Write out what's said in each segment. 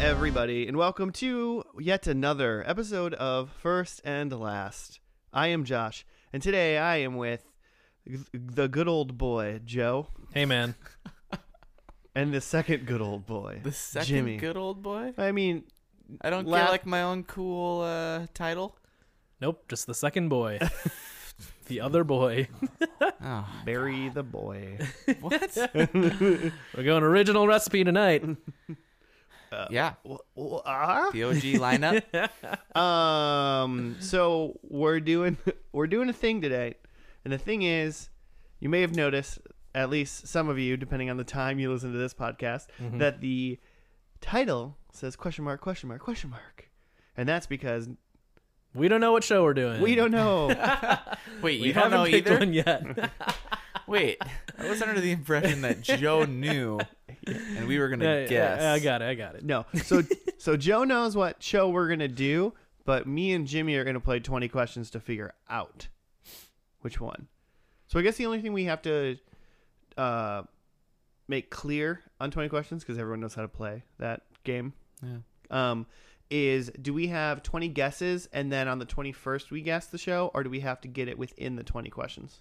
everybody, and welcome to yet another episode of First and Last. I am Josh, and today I am with the good old boy, Joe, Hey man, and the second good old boy. The second Jimmy. good old boy. I mean, I don't La- get like my own cool uh, title. nope, just the second boy, the other boy. Oh, Barry the boy. what? We're going original recipe tonight. yeah, Wh- wh- ah? the OG lineup. um so we're doing we're doing a thing today and the thing is you may have noticed at least some of you depending on the time you listen to this podcast Mm-hmm. that the title says question mark question mark question mark and that's because We don't know what show we're doing. we don't know Wait, We you don't haven't know picked either. one yet. Wait, I was under the impression that Joe knew, and we were gonna Yeah, yeah, guess. yeah, I got it. I got it. no so so joe knows what show we're gonna do but me and jimmy are gonna play 20 questions to figure out which one so i guess the only thing we have to uh make clear on 20 questions because everyone knows how to play that game Yeah. um is do we have 20 guesses and then on the 21st we guess the show or do we have to get it within the 20 questions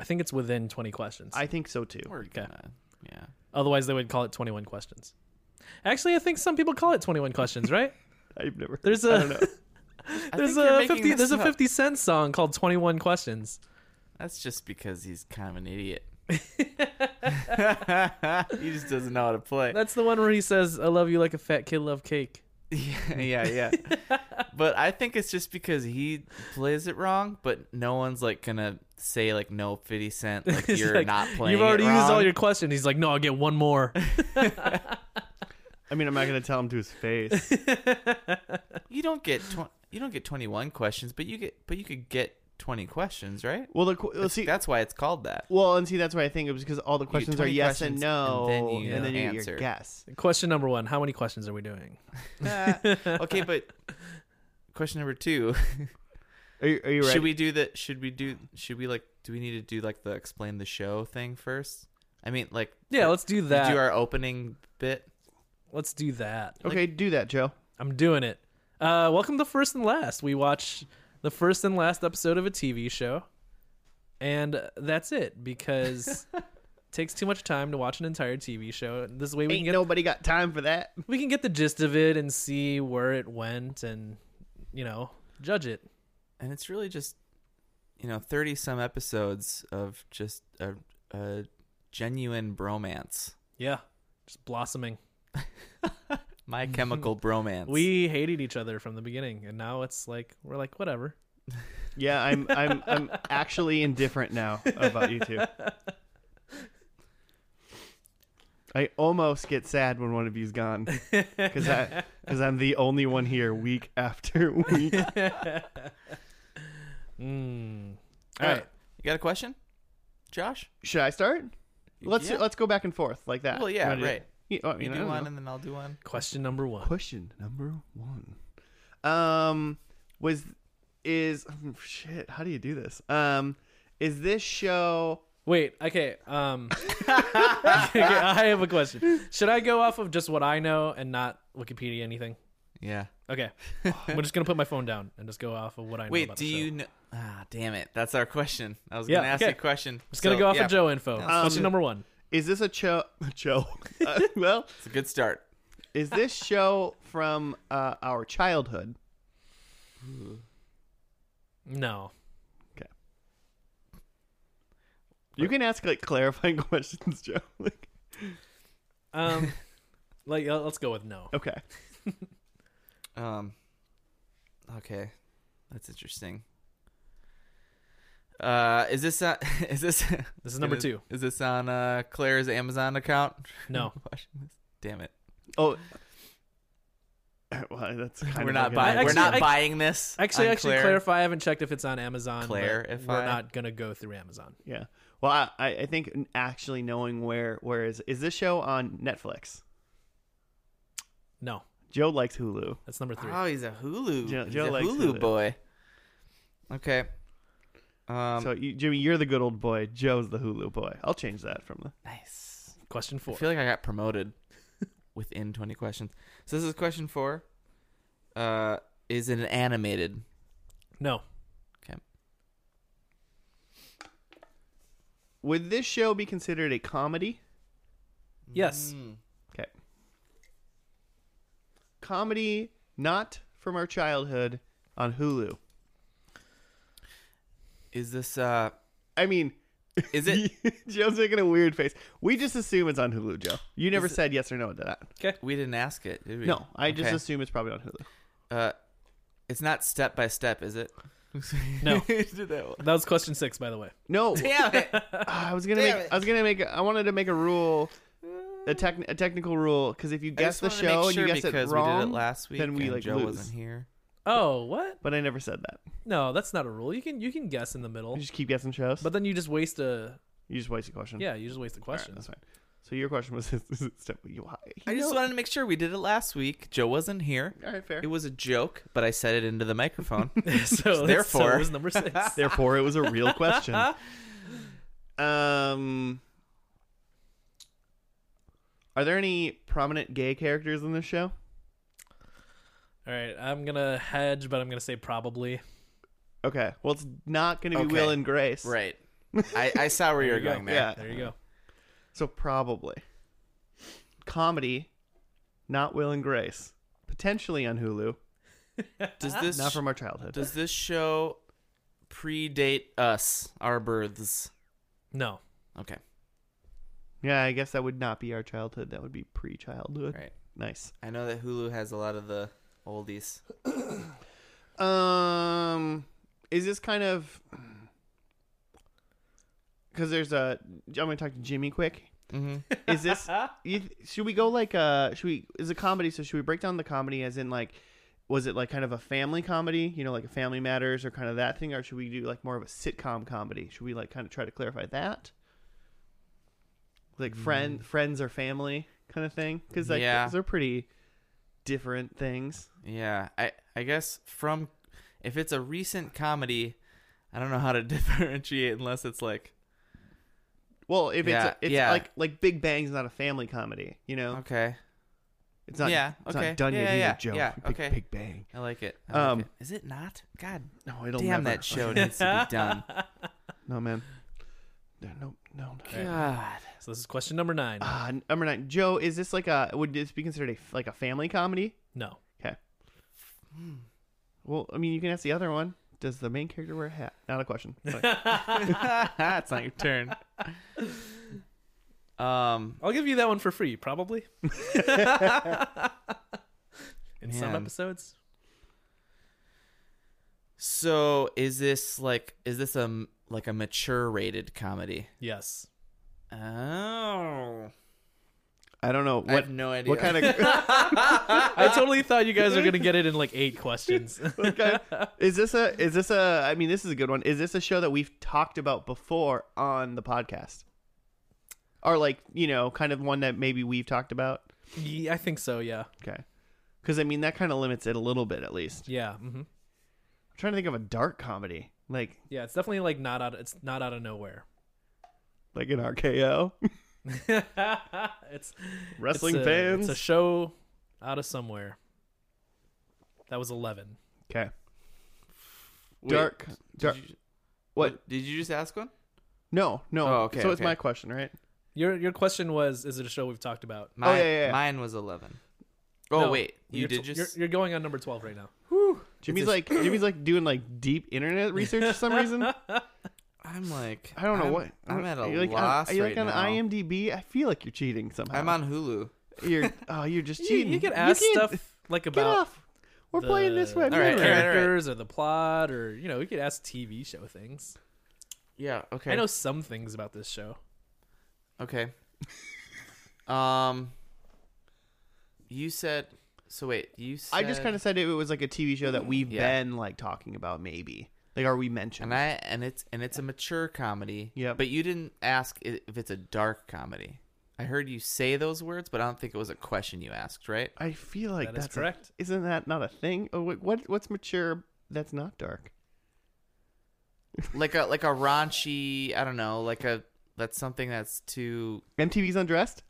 I think it's within 20 questions. i think so too We're Okay. gonna- yeah. Otherwise, they would call it 21 questions. Actually, I think some people call it 21 questions, right? i've never There's I don't a know. there's think you're a making 50 this there's a up. 50 cent song called 21 questions. That's just because he's kind of an idiot. he just doesn't know how to play. That's the one where he says, "I love you like a fat kid love cake." Yeah, yeah, yeah. but I think it's just because he plays it wrong, but no one's like gonna say like no fifty cent like He's you're like, not playing. You've already it used all wrong." your questions. He's like, "No, I'll get one more." i mean i'm not gonna tell him to his face You don't get tw- you don't get twenty one questions, but you get but you could get twenty questions, right? well the qu- well, That's- see that's why it's called that. Well, and see, that's why I think it was because all the questions are 20 yes and questions, no, and then you uh, and then you get answer. your guess. Question number 1, how many questions are we doing? okay, but question number two: Are you, are you ready? Should we do the? Should we do? Should we like? Do we need to do like the explain the show thing first? I mean, like Yeah, let's do we that. do our opening bit. let's do that. okay, do that, Joe. I'm doing it. Uh, welcome to First and Last. We watch the first and last episode of a TV show, and that's it because it takes too much time to watch an entire TV show. This way we Ain't can get nobody got time for that. we can get the gist of it and see where it went, and you know judge it. and it's really just you know 30 some episodes of just a, a genuine bromance Yeah, just blossoming. my chemical bromance Mm-hmm. We hated each other from the beginning, and now it's like we're like whatever. Yeah, I'm, I'm, I'm actually indifferent now about you two. I almost get sad when one of you's gone because I, because I'm the only one here week after week. Mm. all All right. right you got a question josh Should I start? Let's yeah. let's go back and forth like oh, that. well yeah You wanna do- right You, I mean, you I don't do know. one and then i'll do one Question number one. Question number one. Um, was is oh, shit? How do you do this? Um, is this show? Wait, okay. Um, okay, I have a question. Should I go off of just what I know and not Wikipedia anything? yeah Okay, I'm just gonna put my phone down and just go off of what I know. wait about do the show. you know ah damn it that's our question i was Yeah, gonna ask okay. you a question Just gonna So, go off yeah, of Joe info. Um, question number one. Is this a show? Show. Uh, well, it's a good start is this show from uh, our childhood? No. You can ask like clarifying questions, Joe. Like, Um, like uh, let's go with no. okay, um okay that's interesting uh is this uh is this This is number Is- two. Is this on uh, Claire's Amazon account? No. Watching this? Damn it. well, that's kind we're of not like an buying. Actually, we're not I- buying this. Actually, on actually, Claire. clarify. I haven't checked if it's on Amazon. but Claire, if we're I- not gonna go through Amazon. Yeah. Well, I, I I think actually knowing where where is is this show on Netflix? No, Joe likes Hulu. that's number three. Oh, he's a Hulu. Joe- he's Joe a likes Hulu, Hulu. boy. Okay. Um, so you, Jimmy, you're the good old boy. Joe's the Hulu boy. I'll change that from the. nice. question I four. feel like I got promoted. within 20 questions. So this is question four. Uh, is it an animated? No. Would this show be considered a comedy? Yes. Hmm. Okay. Comedy not from our childhood on Hulu. Is this uh? I mean, Is it? Joe's making a weird face. We just assume it's on Hulu, Joe. You never said yes or no to that. we didn't ask it, did we? No, I just Okay. assume it's probably on Hulu. Uh, it's not step by step, is it? No. Did that one. That was question six, by the way. No, uh, Damn it! I was gonna Damn make. it. I was gonna make. a- I wanted to make a rule, a, tech, a technical rule, because if you guess the I just wanted to make show and you sure guess it because wrong, we did it last week, then we, and like, Joe lose. wasn't here. Oh, what? but I never said that. No, that's not a rule. You can you can guess in the middle, You just keep guessing shows, but then you just waste a you just waste a question. yeah, you just waste a Mm. All right, question. that's fine. So your question was, is it step? You, you I just know- wanted to make sure we did it last week. Joe wasn't here. All right, fair. It was a joke, but I said it into the microphone. so therefore, Therefore- it was number six. Therefore, it was a real question. Um, are there any prominent gay characters in this show? All right, I'm gonna hedge, but I'm gonna say probably. Okay, well, it's not going to be Okay. Will and Grace, right. I, I saw where you were going there. Yeah. There you go. So probably comedy, not Will and Grace, potentially on Hulu, Does this not from our childhood. does this show predate us, our births? No. Okay. yeah, I guess that would not be our childhood. That would be pre-childhood. Right. Nice. I know that Hulu has a lot of the oldies. Um, is this kind of because there's a? I'm gonna talk to Jimmy quick. Mm-hmm. Is this? you, should we go like uh? Should we? Is a comedy? So should we break down the comedy as in like? Was it like kind of a family comedy, you know, like a Family Matters or kind of that thing, or should we do like more of a sitcom comedy? Should we like kind of try to clarify that, like friend, friends or family kind of thing? Because like Yeah. those are pretty different things. Yeah, I I guess from if it's a recent comedy, I don't know how to differentiate unless it's like Well, if Yeah, it's it's yeah. like like Big Bang's not a family comedy, you know, okay, it's not yeah, it's okay. not done Yeah, yet yeah, either, yeah, Joe. yeah, Big, okay. Big Bang. I like it. I like Um, it. Is it not? God No, it'll damn, never. that show needs to be done. No, man. No, no, no. no. God, So this is question number nine. Ah, number nine, Joe. Is this like a? Would this be considered a like a family comedy? No. Well, I mean, you can ask the other one. Does the main character wear a hat? Not a question. Like, it's not your turn. Um, I'll give you that one for free, probably. In some Man. episodes. so is this like is this a m- like a mature rated comedy? Yes. Oh, I don't know I what have no idea. what kind of I totally thought you guys were gonna get it in like eight questions. what kind of- is this a is this a? I mean, this is a good one. Is this a show that we've talked about before on the podcast? Or like you know, kind of one that maybe we've talked about. yeah, I think so. Yeah. Okay, because I mean that kind of limits it a little bit at least. Yeah. hmm I'm trying to think of a dark comedy like Yeah. It's definitely like not out. It's not out of nowhere. like an RKO it's wrestling it's a, fans. It's a show out of somewhere. That was eleven. okay, Wait, dark, did dark. you- what? did you just ask one? No, no. Oh, okay, So it's okay. my question, right? Your your question was: Is it a show we've talked about? Mine, yeah, yeah, yeah. mine was eleven. Oh No, wait, you you're did tw- just You're, you're going on number twelve right now. Jimmy's It's a- like Jimmy's like doing like deep internet research for some reason. I I'm like don't know I'm- what. I'm at a you're like, on- loss Are you right like now. on IMDb? I feel like you're cheating somehow. I'm on Hulu. You're oh, you're just You, cheating. you get asked can't- stuff like Get about off. We're playing this the way. All right, all right. characters or the plot, or you know, we could ask TV show things. Yeah. Okay. I know some things about this show. Okay. um. You said. So wait. You. Said, I just kind of said it was like a TV show that we've Yeah. been like talking about, maybe. Like, are we mentioned? And I and it's and it's a mature comedy. Yep. But you didn't ask i- if it's a dark comedy. I heard you say those words, but I don't think it was a question you asked, right? I feel like That is that's a- correct. isn't that not a thing? Oh, wait, what what's mature? That's not dark. Like a like a raunchy. I don't know. Like a that's something that's too. MTV's Undressed.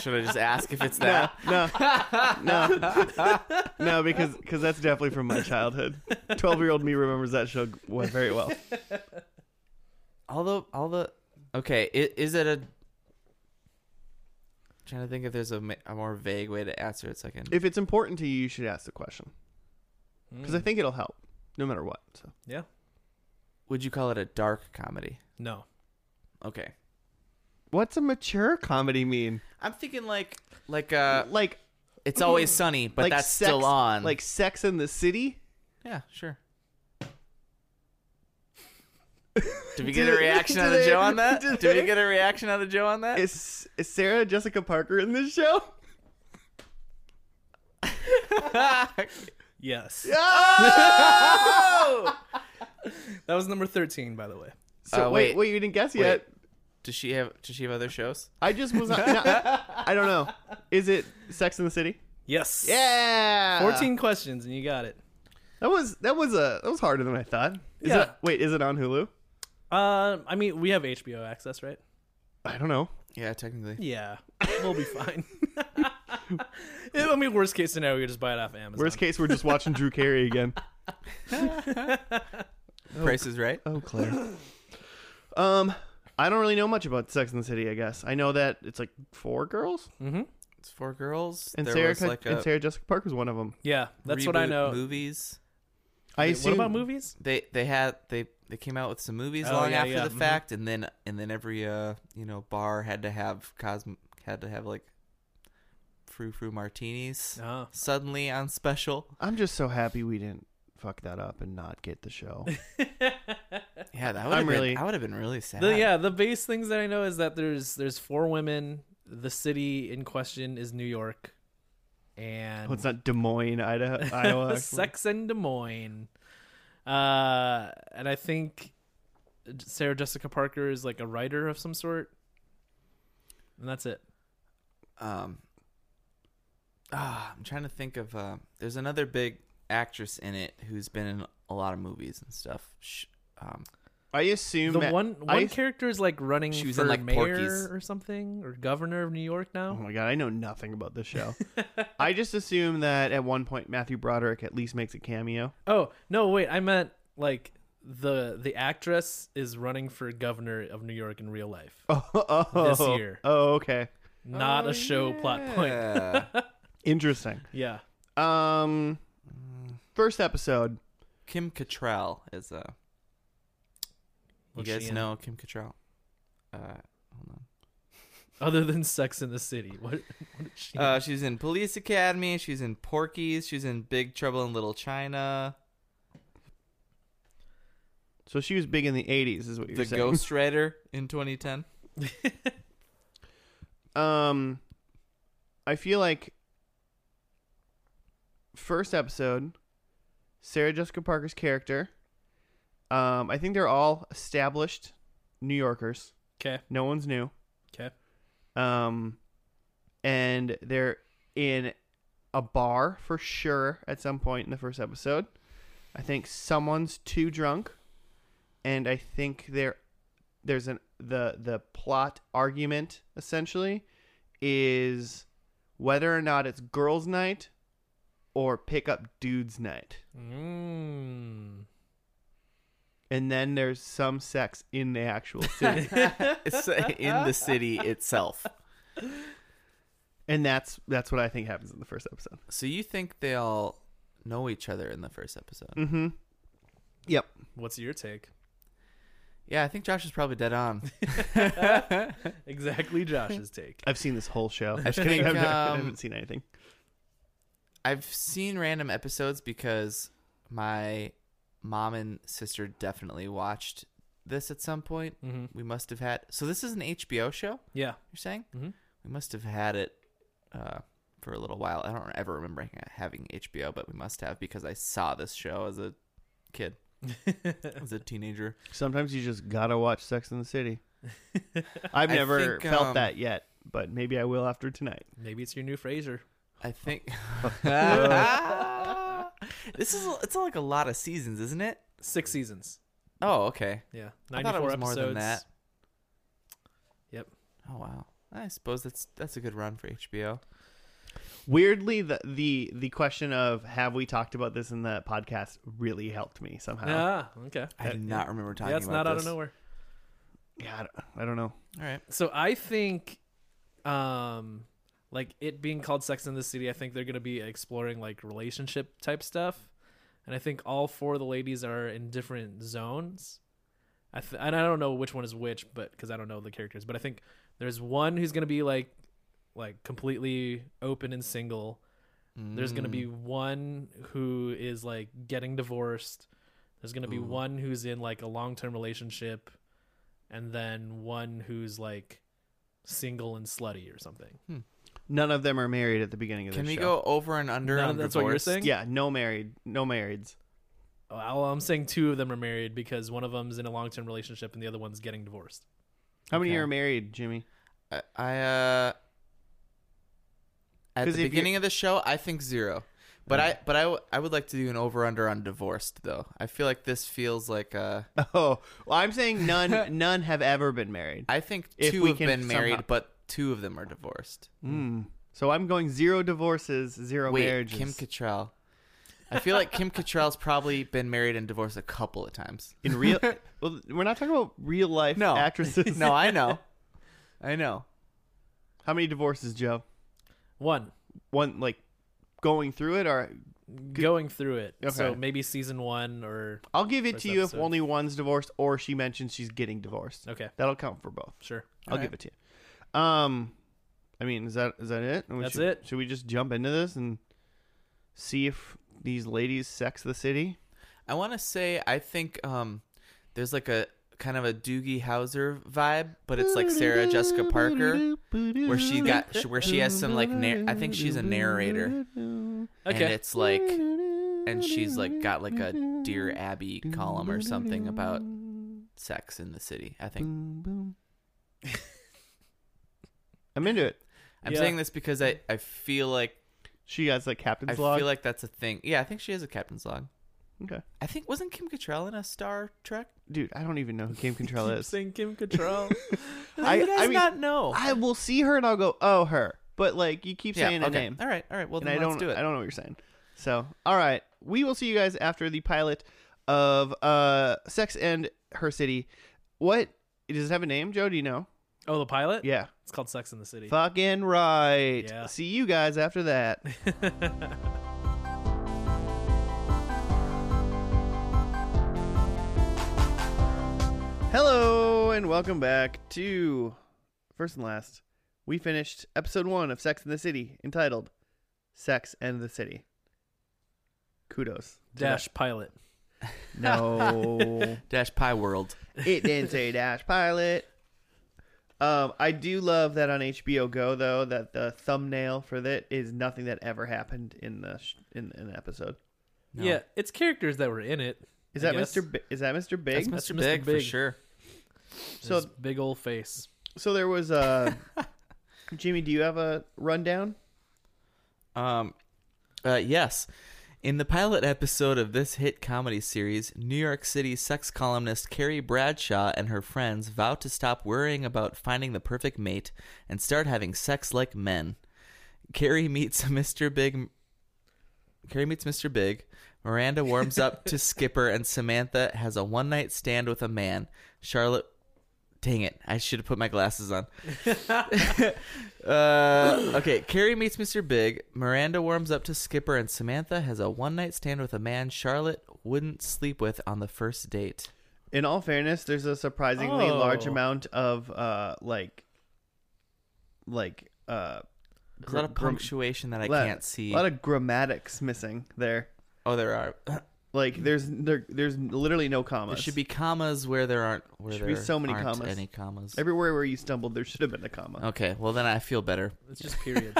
Should I just ask if it's that? no, no, no, because because that's definitely from my childhood. Twelve year old me remembers that show g- well, very well. Although, all the okay, i- is it a? trying to think if there's a, ma- a more vague way to answer it. So I can. If it's important to you, you should ask the question because I Mm, think it'll help, no matter what. So yeah. Would you call it a dark comedy? No. Okay, what's a mature comedy mean? I'm thinking like like uh, like it's always sunny, but like that's sex, still on. like Sex in the City. yeah, sure. Did we get a Did- reaction did out of they- Joe on that? did Did, they- we get a reaction out of Joe on that? Is is Sarah Jessica Parker in this show? Yes. Ah! oh! That was number 13, by the way. So Uh, wait, wait, wait. you didn't guess Wait. yet. Does she have? Does she have other shows? I just was. Not, no, I, I don't know. Is it Sex in the City? Yes. Yeah. 14 questions, and you got it. That was that was a that was harder than I thought. Is Yeah. it wait, is it on Hulu? Uh, I mean, we have HBO access, right? I don't know. Yeah, technically. Yeah. We'll be fine. I mean, worst case scenario, we just buy it off Amazon. Worst case we're just watching Drew Carey again. Price is Right. Oh Claire. um I don't really know much about Sex in the City, I guess. I know that it's like four girls Mm-hmm. It's four girls. and there Sarah was Ca- like a and Sarah Jessica Parker's one of them. Yeah, that's what I reboot know. Movies. I Wait, assume What about movies? They they had they they came out with some movies Oh, long yeah, after yeah, the mhm. fact, and then and then every uh you know bar had to have cosm had to have like frou frou martinis Uh, suddenly on special. I'm just so happy we didn't fuck that up and not get the show. Yeah, that I'm would really- really I would have been really sad. the, yeah, the base things that I know is that there's there's four women. The city in question is New York, and oh, it's not Des Moines, Idaho, Iowa. Sex in Des Moines. Uh, and I think Sarah Jessica Parker is like a writer of some sort, and that's it. Um. Ah, I'm trying to think of. Uh, there's another big actress in it who's been in a lot of movies and stuff. Sh um, I assume The that- one one I- character is like running She was for in, like, mayor Porky's. or something or governor of New York Oh now. my god, I know nothing about this show. I just assume that at one point Matthew Broderick at least makes a cameo. Oh no, wait, I meant like the the actress is running for governor of New York in real life, Oh, oh, This year. Oh, okay. not a show plot point. Oh, yeah. Interesting. Yeah, Um, first episode. Mm, Kim Cattrall is a. Uh, you What's she guys in? know Kim Cattrall. Uh, hold other than Sex in the City, what? what did she on. Uh, she's in Police Academy. She's in Porky's. She's in Big Trouble in Little China. So she was big in the '80s, is what you're The saying. Ghost Rider in 2010. Um, I feel like first episode, Sarah Jessica Parker's character. Um, I think they're all established New Yorkers. okay, No one's new. okay, Um, and they're in a bar for sure at some point in the first episode. I think someone's too drunk, and I think there there's an the the plot argument essentially is whether or not it's girls' night or pick up dudes' night, mm. and then there's some sex in the actual city, It's uh, in the city itself. and that's that's what I think happens in the first episode. So you think they all know each other in the first episode? Mm-hmm. Yep. What's your take? Yeah, I think Josh is probably dead on. Exactly, Josh's take. I've seen this whole show. I think I've never- I um, haven't seen anything. I've seen random episodes because my mom and sister definitely watched this at some point. Mm-hmm. We must have had. So this is an HBO show. Yeah, You're saying Mhm. we must have had it uh, for a little while. I don't ever remember having HBO, but we must have because I saw this show as a kid, as a teenager. Sometimes you just gotta watch Sex in the City. I've I never think, felt um, that yet, but maybe I will after tonight. maybe it's your new Fraser. I think this is it's like a lot of seasons, isn't it? Six seasons. Oh, okay. Yeah, I thought it ninety-four was episodes. more than that. Yep. Oh wow. I suppose that's that's a good run for HBO. Weirdly, the the the question of have we talked about this in the podcast really helped me somehow. Ah, okay. I do not remember talking That's about not out of this. nowhere. Yeah, I don't, I don't know. All right. So I think, um, like it being called Sex in the City, I think they're gonna be exploring like relationship type stuff, and I think all four of the ladies are in different zones. I th- and I don't know which one is which, but because I don't know the characters, but I think there's one who's gonna be like, like completely open and single. There's gonna Mm. be Hmm. one who is like getting divorced. There's gonna be one who's in like a long term relationship, and then one who's like single and slutty or something. None of them are married at the beginning of Can the show. we go over and under None on of- that's what you're divorce? saying. Yeah, no married, no marrieds. Well, I'm saying two of them are married because one of them's in a long term relationship and the other one's getting divorced. How many Okay. are married, Jimmy? I, I uh at 'Cause the if you- beginning of the show, I think zero. But I but I, w- I would like to do an over under on divorced though. I feel like this feels like uh Oh, well, I'm saying none. none have ever been married. I think If two we have can been married, somehow- but two of them are divorced. Mm. So I'm going zero divorces, zero Wait, marriages. Kim Cattrall. I feel like Kim Cattrall's probably been married and divorced a couple of times. in real, well, we're not talking about real life No. actresses. No, I know. I know. How many divorces, Joe? One One like going through it, or going through it. So Okay. maybe season one or I'll give it First to you episode. if only one's divorced, or she mentions she's getting divorced. okay, That'll count for both. sure. I'll give it to you. Um, I mean, is that is that it? We That's should- it. Should we just jump into this and see if these ladies sex the city? I want to say I think um, there's like a kind of a Doogie Howser vibe, but it's like Sarah Jessica Parker, where she got where she has some like nar- I think she's a narrator, and Okay. it's like and she's like got like a Dear Abby column or something about sex in the city. I think I'm into it. I'm Yeah. saying this because I I feel like She has like I captain's log. feel like that's a thing. Yeah, I think she has a captain's log. okay, I think wasn't Kim Cattrall in a Star Trek? dude, I don't even know who Game Control Keep is. saying Kim Cattrall. I- I, you guys I mean, not know. I will see her and I'll go, oh, her. But like, you keep yeah, saying okay. a name. All right, all right. Well, and then I let's don't do it. I don't know what you're saying. So, all right, we will see you guys after the pilot of uh Sex and Her City. What does it have a name, Joe? Do you know? oh, the pilot. Yeah, it's called Sex in the City. fucking right. Yeah. See you guys after that. Hello and welcome back to first and last. We finished episode one of Sex in the City, entitled "Sex and the City." Kudos. to that Dash pilot. no, Dash Pie World. it didn't say Dash Pilot. Um, I do love that on HBO Go though that the thumbnail for that is nothing that ever happened in the sh- in, in the episode. No. Yeah, it's characters that were in it. Is I that guess. Mr. B- is that Mr. Big? That's Mr. Mr. Big, for Big. sure. So- His big old face. so there was uh, Jimmy. Do you have a rundown? Um, uh, yes. In the pilot episode of this hit comedy series, New York City sex columnist Carrie Bradshaw and her friends vow to stop worrying about finding the perfect mate and start having sex like men. Carrie meets Mr. Big. Carrie meets Mr. Big. Miranda warms up to Skipper, and Samantha has a one night stand with a man. Charlotte. Dang it. I should have put my glasses on. Uh, okay, Carrie meets Mr. Big. Miranda warms up to Skipper, and Samantha has a one night stand with a man Charlotte wouldn't sleep with on the first date. In all fairness, there's a surprisingly large Oh. amount of uh, like, like uh, There's a lot of gr- gr- punctuation that I lot- can't see. a lot of grammatics missing there. oh, there are. Like there's there there's literally no There commas. should be commas where there aren't. Where Should be there so many aren't commas. Any commas. everywhere where you stumbled. There should have been a comma. okay, well then I feel better. It's just periods.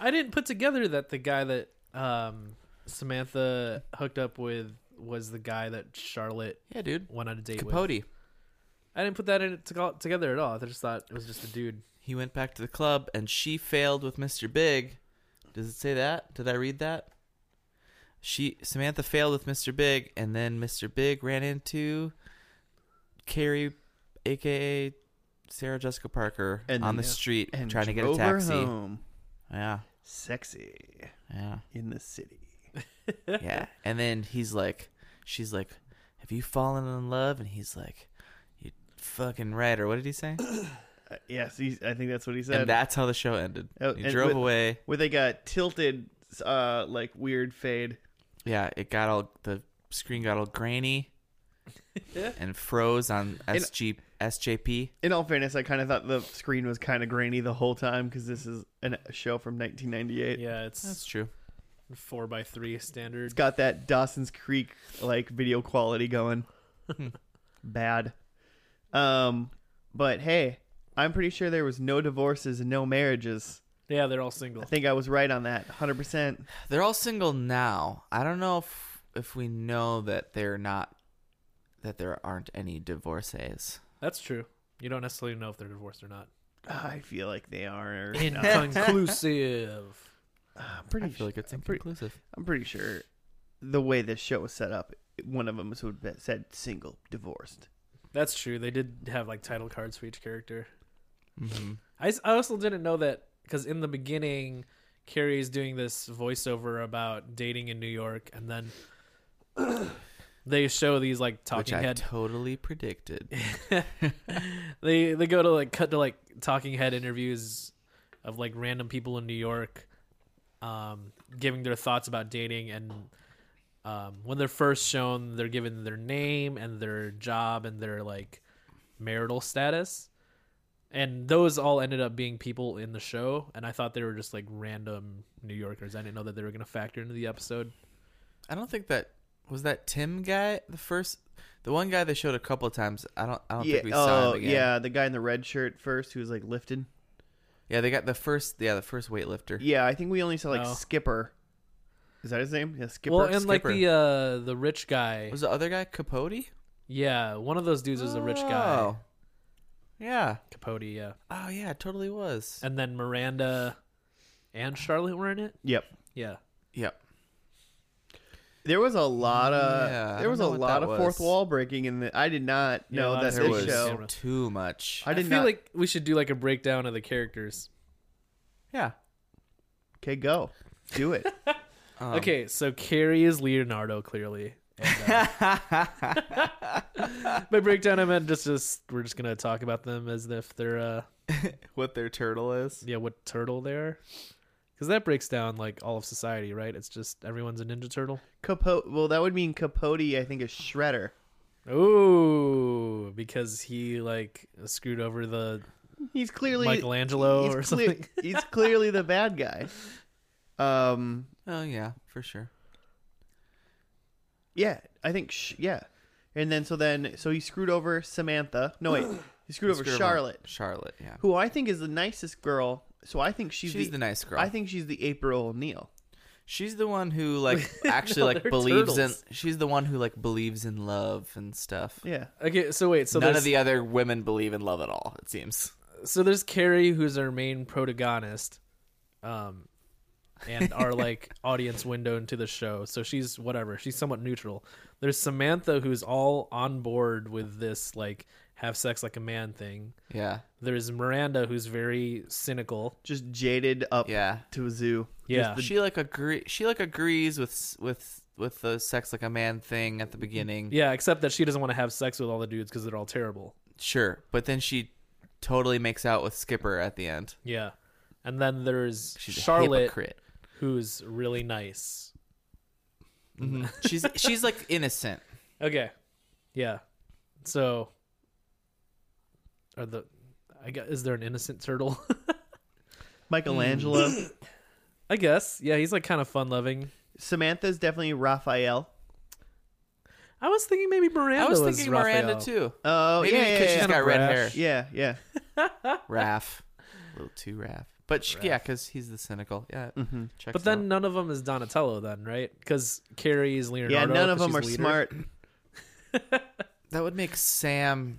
I didn't put together that the guy that um, Samantha hooked up with was the guy that Charlotte Yeah, dude. went on a date with. Capote. I didn't put that in to- together at all. I just thought it was just a dude. He went back to the club, and she failed with Mr. Big. Does it say that? Did I read that? She Samantha failed with Mr. Big, and then Mr. Big ran into Carrie, aka Sarah Jessica Parker And on then- the street and trying to get a drove her taxi. home. Yeah, Sexy yeah, in the city. yeah. and then he's like, she's like, "Have you fallen in love?" And he's like, "You fucking right." Or what did he say? Uh, yes, he's, I think that's what he said. and that's how the show ended. Oh, he and drove with- away. where they got tilted, uh, like weird fade. Yeah, it got all the screen got all grainy and froze on And- SG SJP. In all fairness, I kind of thought the screen was kind of grainy the whole time because this is an, a show from 1998. Yeah, That's it's true. four by three standard. It's got that Dawson's Creek like video quality going. Bad. Um, but hey, I'm pretty sure there was no divorces and no marriages. Yeah, they're all single. I think I was right on that, 100. percent They're all single now. I don't know if if we know that they're not that there aren't any divorcees. That's true. You don't necessarily know if they're divorced or not. I feel like they are. Uh, Inconclusive. I'm pretty. I feel like it's I'm pretty, inconclusive. I'm pretty sure the way this show was set up, one of them would have said single, divorced. That's true. They did have like title cards for each character. Mm-hmm. hmm I, s- I also didn't know that because in the beginning, Carrie's doing this voiceover about dating in New York, and then they show these like Which talking I head. totally predicted. they they go to like cut to like talking head interviews of like random people in New York, um, giving their thoughts about dating and. Um, when they're first shown, they're given their name and their job and their like marital status, and those all ended up being people in the show. And I thought they were just like random New Yorkers. I didn't know that they were gonna factor into the episode. I don't think that was that Tim guy the first the one guy they showed a couple of times. I don't I don't Yeah. think we saw Oh, him again. yeah. The guy in the red shirt first, who was like lifting. Yeah, they got the first yeah, the first weightlifter. Yeah, I think we only saw like Oh. Skipper. Is that his name? Yeah, Skipper. well, and like Skipper. the uh, the rich guy, Was the other guy Capote? yeah, one of those dudes was a rich guy, Oh. Yeah. Capote, yeah. Oh yeah, it totally was. and then Miranda and Charlotte were in it. yep. Yeah, Yep. There was a lot of Yeah, I there don't was a know what lot that of fourth was. wall breaking in the I did not Yeah, a know lot that of this There was show. camera. too much. I did feel not. like we should do like a breakdown of the characters. yeah. okay, go do it. Um, okay, so Carrie is Leonardo clearly. And, uh, by breakdown, I meant just just we're just gonna talk about them as if they're uh what their turtle is. yeah what turtle they are, because that breaks down like all of society, right? It's just everyone's a ninja turtle. Capote. Well, that would mean Capote. I think is Shredder. Ooh, because he like screwed over the He's clearly Michelangelo he's clear- or something. he's clearly the bad guy. Um. Oh yeah, for sure. Yeah, I think. Sh- yeah, and then so then so he screwed over Samantha. No wait, he screwed over Screw 'em. Charlotte, Charlotte, yeah. who I think is the nicest girl. So I think she's, She's, the, nice girl. I think she's the April O'Neil. she's the one who like actually No, like they're believes turtles. in she's the one who like believes in love and stuff. Yeah. Okay, so wait, so None there's- of the other women believe in love at all, it seems. so there's Carrie, who's our main protagonist, um, and our like audience window into the show. So she's whatever. She's somewhat neutral. There's Samantha, who's all on board with this like have sex like a man thing. Yeah. There's Miranda, who's very cynical. Just jaded up Yeah. to a zoo. Yeah, she like agree she like agrees with s- with with the sex like a man thing Mm-hmm. at the beginning. yeah. Except that she doesn't want to have sex with all the dudes because they're all terrible. Sure, but then she totally makes out with Skipper at the end. Yeah, and then there's She's a Charlotte, hypocrite. who's really nice. Mm-hmm. she's she's like innocent. Okay. Yeah. So are the I guess is there an innocent turtle? Michelangelo. Hmm. I guess. Yeah, he's like kind of fun loving. Samantha's definitely Raphael. I was thinking maybe Miranda. I was was thinking Raphael. Miranda too. Oh Maybe yeah, because yeah, she's yeah. got red Rash. hair. yeah, yeah. Raph, a little too Raph. But she, yeah, because he's the cynical. Yeah, Mm-hmm. checks But then none of them is Donatello, then right? Because Carrie is Leonardo. Yeah, none of 'cause them she's are leader. smart. out. that would make Sam,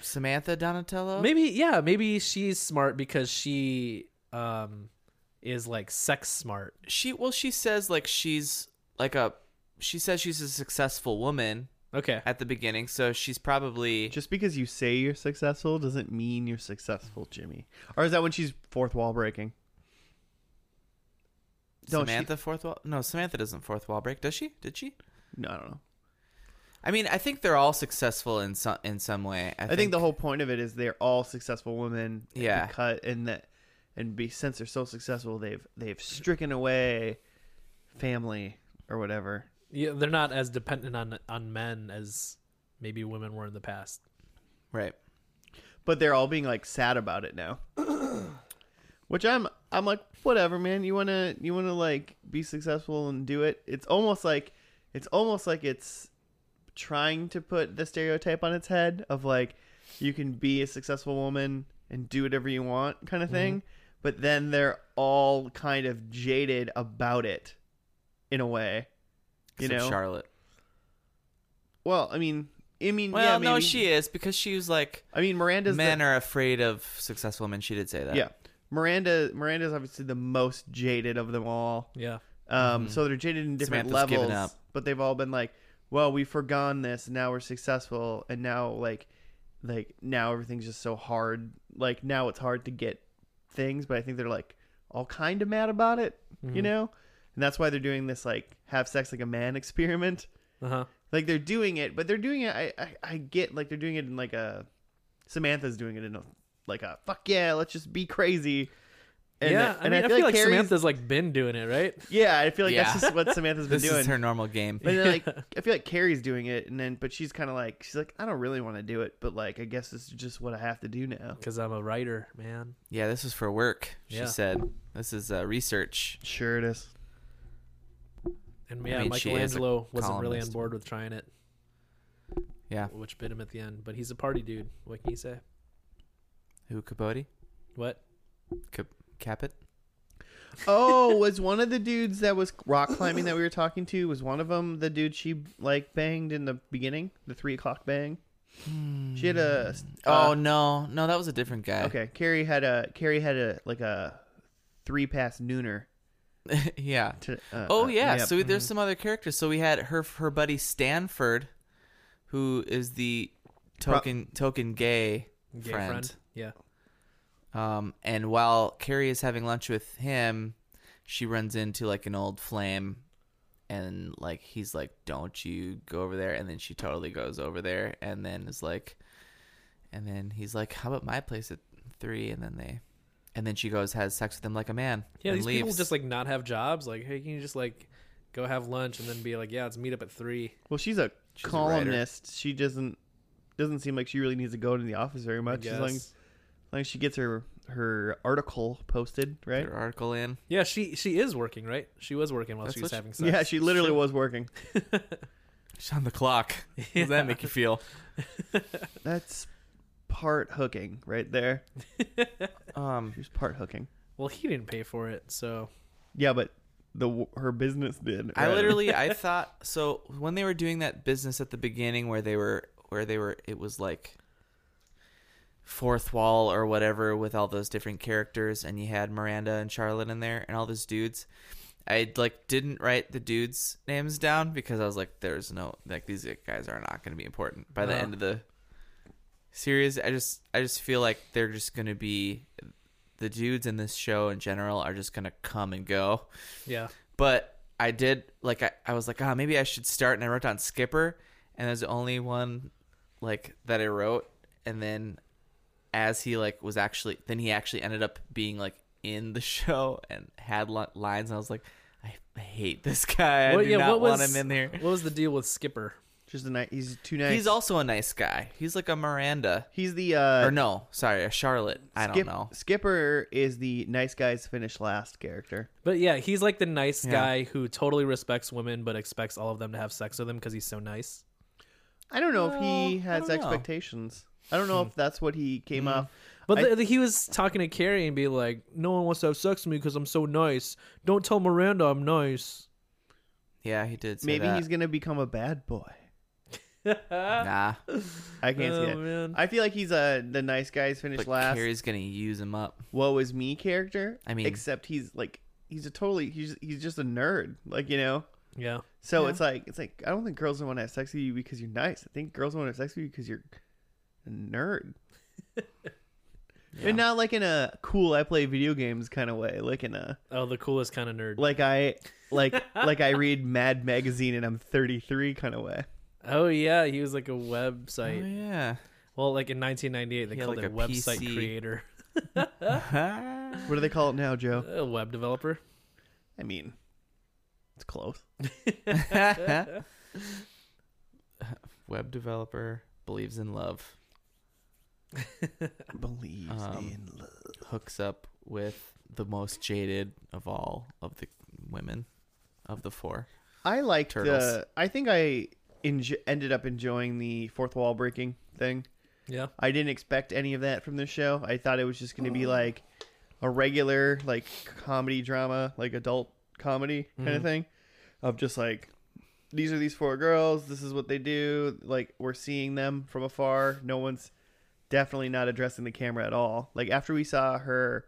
Samantha Donatello. Maybe yeah, maybe she's smart because she um is like sex smart. she well, she says like she's like a. She says she's a successful woman, Okay. at the beginning, so she's probably Just because you say you're successful doesn't mean you're successful, Jimmy. Or is that when she's fourth wall breaking? Don't she- Samantha fourth wall. No, Samantha doesn't fourth wall break, does she? Did she? No, I don't know. I mean, I think they're all successful in some in some way. I, I, think, the whole point of it is they're all successful women. Yeah. Cut and that, and be since they're so successful, they've they've stricken away family or whatever. Yeah, they're not as dependent on on men as maybe women were in the past. right. But they're all being like sad about it now. Which I'm I'm like whatever, man. You wanna you wanna like be successful and do it. It's almost like it's almost like it's trying to put the stereotype on its head of like you can be a successful woman and do whatever you want kind of thing. But then they're all kind of jaded about it in a way. You Except know? Charlotte. Well, I mean I mean Well, yeah, no, maybe. she is because she was like, I mean Miranda's the- men are afraid of successful men. She did say that. Yeah. Miranda Miranda's obviously the most jaded of them all. Yeah. Um, so they're jaded in different Mm-hmm. Samantha's given levels. up. But they've all been like, Well, we've forgone this, now we're successful and now like like now everything's just so hard like now it's hard to get things, but I think they're like all kinda mad about it, Mm-hmm. Mm-hmm. you know? And that's why they're doing this like have sex like a man experiment Uh huh. like they're doing it but they're doing it I, I i get like they're doing it in like a samantha's doing it in a like a fuck yeah let's just be crazy and yeah, that- I mean, I feel, like, Carrie's- Samantha's like been doing it, right? yeah i feel like that's Yeah. just what samantha's been This doing is her normal game. but then, like i feel like carrie's doing it and then but she's kind of like she's like i don't really want to do it but like i guess this is just what i have to do now Because I'm a writer, man. Yeah, this is for work. She Yeah. said, "This is uh, research." sure it is And yeah, mean, she is a Michelangelo wasn't really on columnist. board with trying it, Yeah. which bit him at the end. But he's a party dude. What can you say? Who Capote? What? Cap- Capit? oh was one of the dudes that was rock climbing that we were talking to was one of them the dude she like banged in the beginning the three o'clock bang Hmm. she had a Oh uh, no, no, that was a different guy. Okay, Carrie had a Carrie had a like a three pass nooner. yeah. To, uh, Oh uh, yeah. So we- there's some other characters. So we had her her buddy Stanford, who is the token token gay, Gay friend. Yeah. Um, and while Carrie is having lunch with him, she runs into like an old flame, and like he's like, "Don't you go over there?" And then she totally goes over there, and then is like, and then he's like, "How about my place at three? And then they, and then she goes has sex with him like a man. Yeah, and these people leaves. just like not have jobs. Like, hey, can you just like go have lunch and then be like, yeah, let's meet up at three? well, she's a a columnist. she doesn't doesn't seem like she really needs to go to the office very I much. As long as, guess. as long as she gets her her article posted, Put right? her article in. Yeah, she she is working, right? She was working while That's she what was she- having sex. Yeah, she literally was working. She's on the clock. How does that make you feel? That's part hooking right there. Um, She was part hooking. Well, he didn't pay for it, so Yeah, but the w- her business did. I right? literally I thought so when they were doing that business at the beginning where they were where they were it was like fourth wall or whatever with all those different characters and you had Miranda and Charlotte in there and all those dudes. I like didn't write the dudes' names down because I was like, there's no like these guys are not going to be important by the Uh-huh. end of the series. I just I just feel like they're just going to be the dudes in this show in general are just going to come and go yeah. but I did like I, I was like, ah, maybe I should start and I wrote down Skipper and there's the only one like that I wrote and then as he like was actually then he actually ended up being like in the show and had li- lines and I was like, I hate this guy. I Well, do yeah, what not was- want him in there. What was the deal with Skipper? just a night. He's too nice. He's also a nice guy. He's like a Miranda. he's the uh, or no, sorry, a Charlotte. I don't Skip- know. Skipper is the nice guys finish last character. But yeah, he's like the nice Yeah. guy who totally respects women but expects all of them to have sex with him because he's so nice. I don't know if he Well, I has don't know. expectations. I don't Hmm. know if that's what he came off. But I- the, the- he was talking to Carrie and be like, "No one wants to have sex with me because I'm so nice. Don't tell Miranda I'm nice." Yeah, he did. Say Maybe that. he's gonna become a bad boy. nah. I can't Oh, see it. Um, man. I feel like he's a the nice guys finish But last. Carrie's gonna use him up. Woe is me character. I mean- except he's like he's a totally he's he's just a nerd. Like you know, Yeah. So Yeah. it's like it's like I don't think girls want to have sex with you because you're nice. I think girls want to have sex with you because you're a nerd. Yeah. And not like in a cool I play video games kind of way, like in a Oh, the coolest kind of nerd. like I like like I read Mad Magazine and I'm 33 kind of way. Oh yeah, he was like a Oh, website. yeah. Well, like in 1998, they Yeah, called like it a website PC. creator, What do they call it now, Joe? a web developer. I mean, it's close. Web developer believes in love. Believes Um, in love. Hooks up with the most jaded of all of the women of the four. I liked Turtles. the. I think I enj- ended up enjoying the fourth wall breaking thing. Yeah. I didn't expect any of that from this show. I thought it was just going to be like a regular like comedy drama, like adult comedy kind of thing of just like these are these four girls, this is what they do, like we're seeing them from afar. No one's definitely not addressing the camera at all. Like after we saw her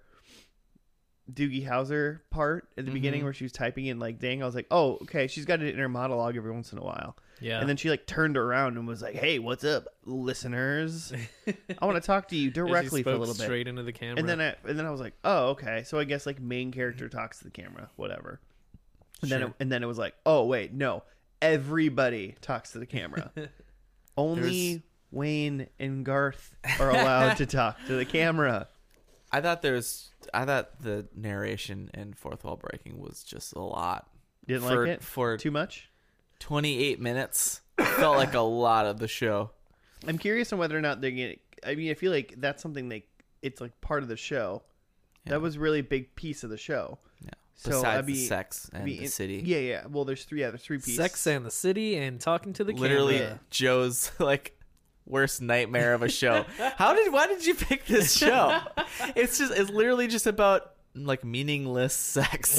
Doogie Howser part at the beginning Mhm. where she was typing in like dang, I was like, "Oh, okay, she's got an inner monologue every once in a while." Yeah. And then she like turned around and was like, "Hey, what's up, listeners? I want to talk to you And she directly for a spoke little bit." straight into the camera. And then I and then I was like, "Oh, okay. So I guess like main character talks to the camera, whatever." And then it, Sure. and then it was like, "Oh, wait, no. Everybody talks to the camera. Only There's- Wayne and Garth are allowed to talk to the camera." I thought there was. I thought the narration and fourth wall breaking was just a lot. Didn't for, like it for too much. 28 minutes. Felt like a lot of the show. I'm curious on whether or not they're gonna. I mean, I feel like that's something they. It's like part of the show. Yeah. That was really a big piece of the show. Yeah. So, Besides I'd the be- sex and Be the in- city. Yeah, yeah. Well, there's three other three pieces. Sex and the City and talking to the Literally camera. Joe's like worst nightmare of a show. How did why did you pick this show? It's just it's literally just about like meaningless sex.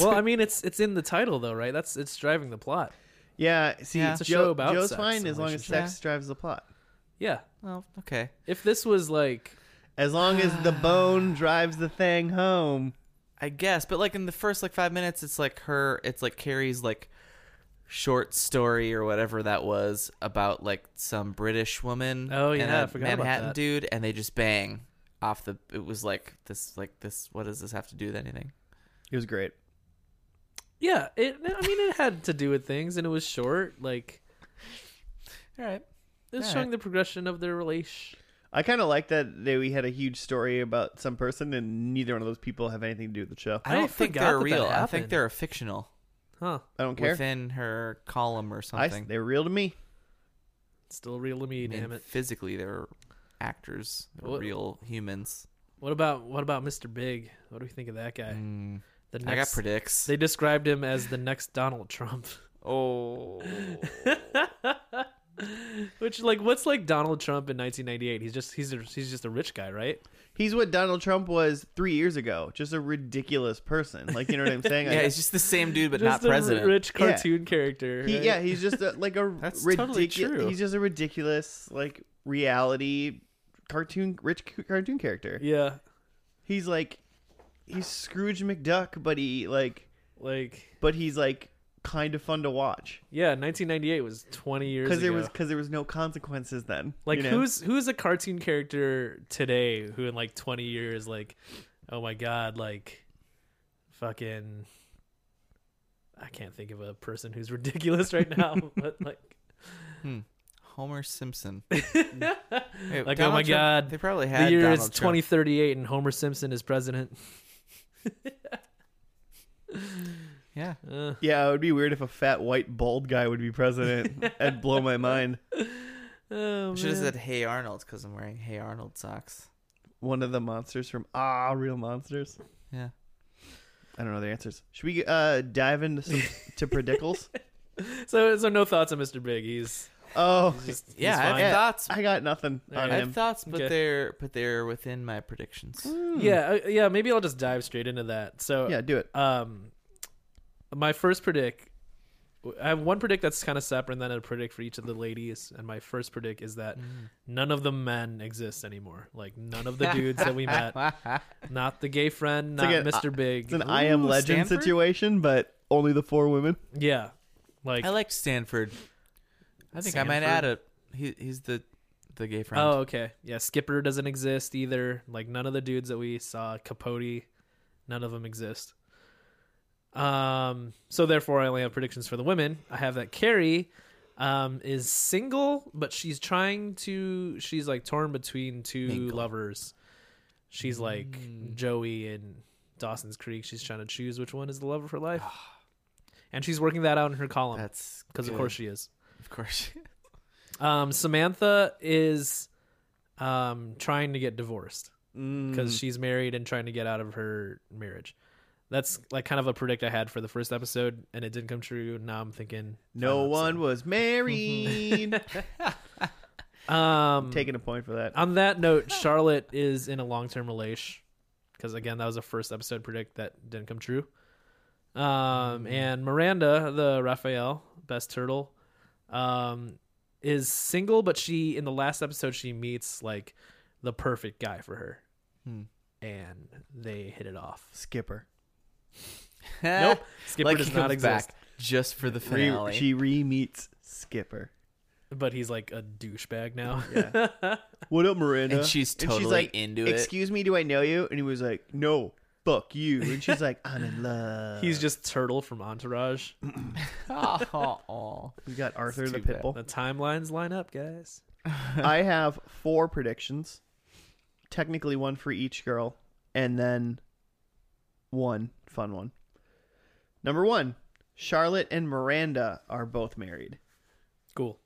Well, I mean, it's it's in the title though, right? That's it's driving the plot. Yeah. See, Yeah. it's It's a a Joe, show about Joe's sex fine and as long as relationships. sex drives the plot. Yeah. oh, okay. If this was like, As long as the bone drives the thing home. I guess, but like in the first like 5 minutes it's like her it's like Carrie's like short story or whatever that was about like some British woman Oh, yeah, and I a forgot about Manhattan that. dude and they just bang off the it was like this like this what does this have to do with anything? It was great. yeah, it. I mean, it had to do with things, and it was short. Like All right. it was All showing right. the progression of their relation. I kind of like that they, we had a huge story about some person, and neither one of those people have anything to do with the show. I don't I think forgot they're that that real. I happened. think they're fictional. Huh? I don't care. within her column or I, something. they're real to me. Still real to me, I mean, damn it. Physically, they're actors, they're What- real humans. What about what about Mr. Big? What do we think of that guy? Mm, The I got predicts. They described him as the next Donald Trump. oh, Which like what's like Donald Trump in 1998? He's just he's a, he's just a rich guy, right? He's what Donald Trump was three years ago. Just a ridiculous person. Like, you know what I'm saying? yeah, Like, it's just the same dude, but just not a president. rich Yeah. cartoon character. He, right? yeah, he's just a, like a That's totally ridiculous. true. He's just a ridiculous like reality cartoon rich c- cartoon character. yeah. He's like he's Scrooge McDuck, but he like Like but he's like kind of fun to watch yeah, 1998 was 20 years ago. because there was because there was no consequences then. like you know? who's who's a cartoon character today who in like 20 years like oh my god like fucking I can't think of a person who's ridiculous right now, but like Homer Simpson. Like, oh my God, They probably had the year Donald is Trump. 2038 and Homer Simpson is president. Yeah, Uh, Yeah, it would be weird if a fat white bald guy would be president. That'd blow my mind. oh, I should have man. said Hey Arnold because I'm wearing Hey Arnold socks. One of the monsters from Ah Real Monsters. Yeah. I don't know the answers. Should we uh, dive into some to predicals? So, so no thoughts on Mr. Big. He's Oh, just he's Yeah, I fine. have thoughts. I got nothing on I Alright. him. have thoughts, but Okay. they're but they're within my predictions. yeah, uh, yeah. Maybe I'll just dive straight into that. So, Yeah, do it. um, my first predict, I have one predict that's kind of separate, and then a predict for each of the ladies. And my first predict is that Mm. none of the men exist anymore. Like none of the dudes that we met, not the gay friend, not like an- Mr. Big. It's an I Am Ooh, Legend Stanford? situation, but only the four women. Yeah. Like, I liked Stanford. I think I might add Stanford. a he, he's the the gay friend. Oh, okay. Yeah, Skipper doesn't exist either. Like none of the dudes that we saw, Capote, none of them exist. Um, so therefore, I only have predictions for the women. I have that Carrie um, is single, but she's trying to. She's like torn between two Mingle. lovers. She's like Joey and Dawson's Creek. She's trying to choose which one is the love of her life, and she's working that out in her column that's because, of good. course, she is. Oh, of course. Um, Samantha is um, trying to get divorced Mm. because she's married and trying to get out of her marriage. That's like kind of a predict I had for the first episode, and it didn't come true. Now I'm thinking No I'm one was married. upset. Um, Taking a point for that. on that note, Charlotte is in a long-term relation because again, that was a first episode predict that didn't come true. Mm-hmm. Um, and Miranda, the Raphael best turtle, um, is single, but she in the last episode she meets like the perfect guy for her, Hmm. and they hit it off. Skipper. Nope, Skipper Eh, Like, does he not comes back exist, just for the Re- finale. she re meets Skipper. but he's like a douchebag now. What up, Miranda? And she's totally into it. Excuse me, do I know you? And he was like, No, fuck you. And she's like, I'm in love. Uh. He's just Turtle from Entourage. Aw. we got Arthur It's the too bad. Pitbull. The timelines line up, guys. I have four predictions. Technically one for each girl, and then one fun one. Number one, Charlotte and Miranda are both married. Cool.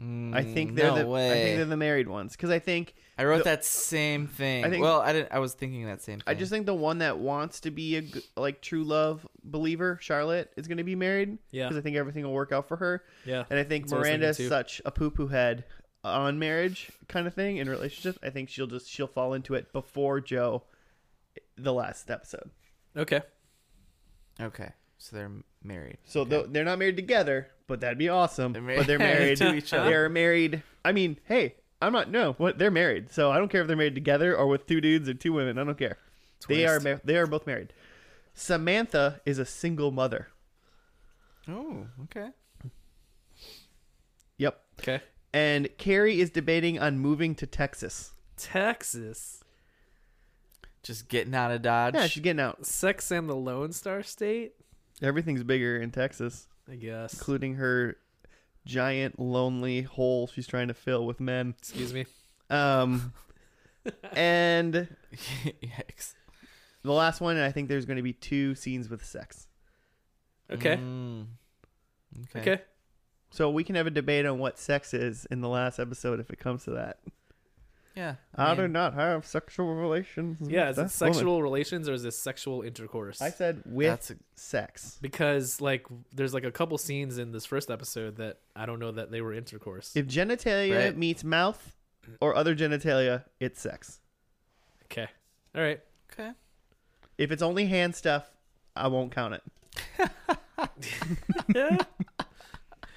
I think Mm, they're no the I way. think they're the married ones because I think I wrote the- that same thing. I think- well, I didn't. I was thinking that same. thing. I just think the one that wants to be a g- like true love believer, Charlotte, is going to be married. Yeah. because I think everything will work out for her. Yeah. Eh. And I think That's what I was Miranda is thinking, too. such a poo poo head on marriage kind of thing in relationship. I think she'll just she'll fall into it before Joe, the last episode. Okay. okay. So they're married. So Okay. tho- they're not married together, but that'd be awesome. They're mar- but they're married to each other. They're married. I mean, hey, I'm not no. What they're married, so I don't care if they're married together or with two dudes or two women. I don't care. They are Twist. ma- they are both married. Samantha is a single mother. Oh, okay. Yep. Okay. And Carrie is debating on moving to Texas. Texas. Just getting out of Dodge. Yeah, she's getting out. Sex and the Lone Star State, Everything's bigger in Texas, I guess. including her giant lonely hole she's trying to fill with men. Excuse me. Um and Yikes. the last one, and I think there's going to be two scenes with sex. Okay. Mm. Okay. Okay. So we can have a debate on what sex is in the last episode if it comes to that. Yeah. I, do mean, not have sexual relations. with Yeah, is it this Mm-hmm. woman. sexual relations or is this sexual intercourse? I said with That's a, sex. because like there's like a couple scenes in this first episode that I don't know that they were intercourse. If genitalia Right. meets mouth or other genitalia, it's sex. okay. All right. okay. If it's only hand stuff, I won't count it.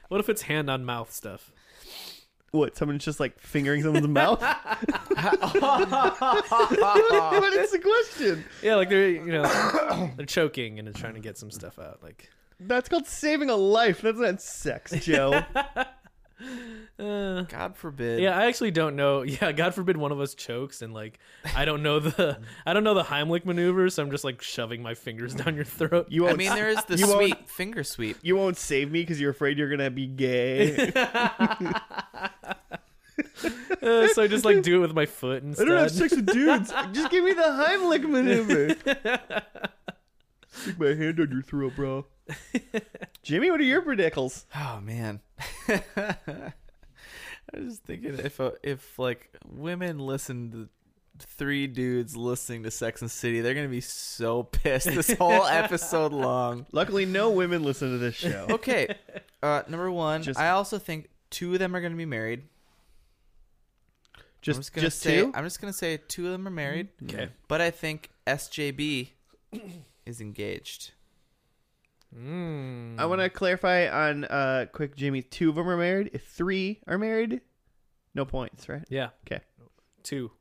What if it's hand on mouth stuff? What? Someone's just like fingering someone's mouth? what is the question? Yeah, like they're you know they're choking and they're trying to get some stuff out. Like That's called saving a life. That's not sex, Joe. uh, God forbid. Yeah, I actually don't know. Yeah, God forbid one of us chokes and like I don't know the I don't know the Heimlich maneuver, so I'm just like shoving my fingers down your throat. You I won't. mean, there is the You won't- sweet finger sweep. you won't save me because you're afraid you're gonna be gay. Uh, so I just like do it with my foot I instead. don't have sex with dudes. Just give me the Heimlich maneuver. Stick my hand on your throat, bro. Jimmy, what are your predicals? Oh man. I was thinking if uh, if like women listen to three dudes listening to Sex and City, they're gonna be so pissed this whole episode long. Luckily, no women listen to this show. Okay. Uh, number one, Just- I also think two of them are gonna be married. I'm Just, just, just gonna say two. Mm-hmm. I'm just gonna say two of them are married. Okay. But I think SJB is engaged. Mm. I want to clarify on uh, quick, Jimmy. Two of them are married. If three are married, no points, right? Yeah. Okay. Two.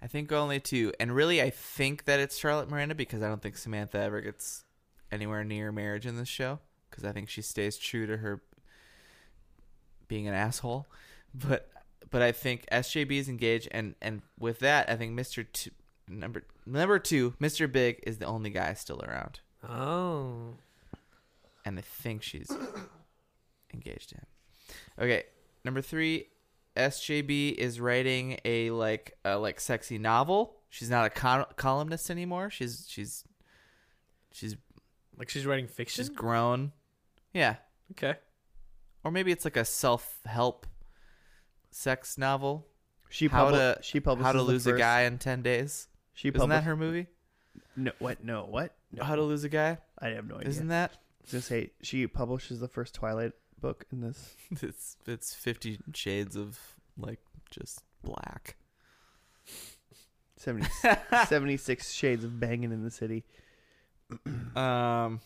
I think only two. And really I think that it's Charlotte Miranda because I don't think Samantha ever gets anywhere near marriage in this show. because I think she stays true to her being an asshole. But but I think SJB is engaged, and and with that, I think Mister T- number number two, Mister Big, is the only guy still around, Oh. and I think she's engaged to him. Okay, number three, SJB is writing a like a like sexy novel. She's not a col- columnist anymore. She's she's she's Like she's writing fiction? she's Mm. grown. Yeah, okay. or maybe it's like a self help sex novel. She How publi- to- she publishes How to the lose a first- guy in ten days. She Isn't that published her movie? no what no what no. How to lose a guy? I have no idea. Isn't that? Just say she publishes the first Twilight book in this. It's it's Fifty Shades of like just black. 70, 76 Shades of Banging in the City. Um,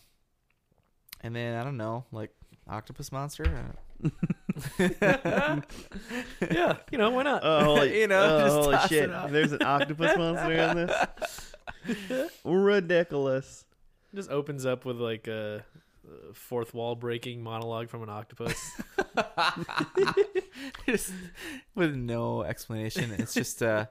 and then I don't know, like Octopus Monster. I don't- Yeah, you know, why not? Oh, holy, You know, oh, just holy toss it shit. off. There's an octopus monster in this. Ridiculous. Just opens up with like a uh, fourth wall breaking monologue from an octopus. Just with no explanation. It's just uh,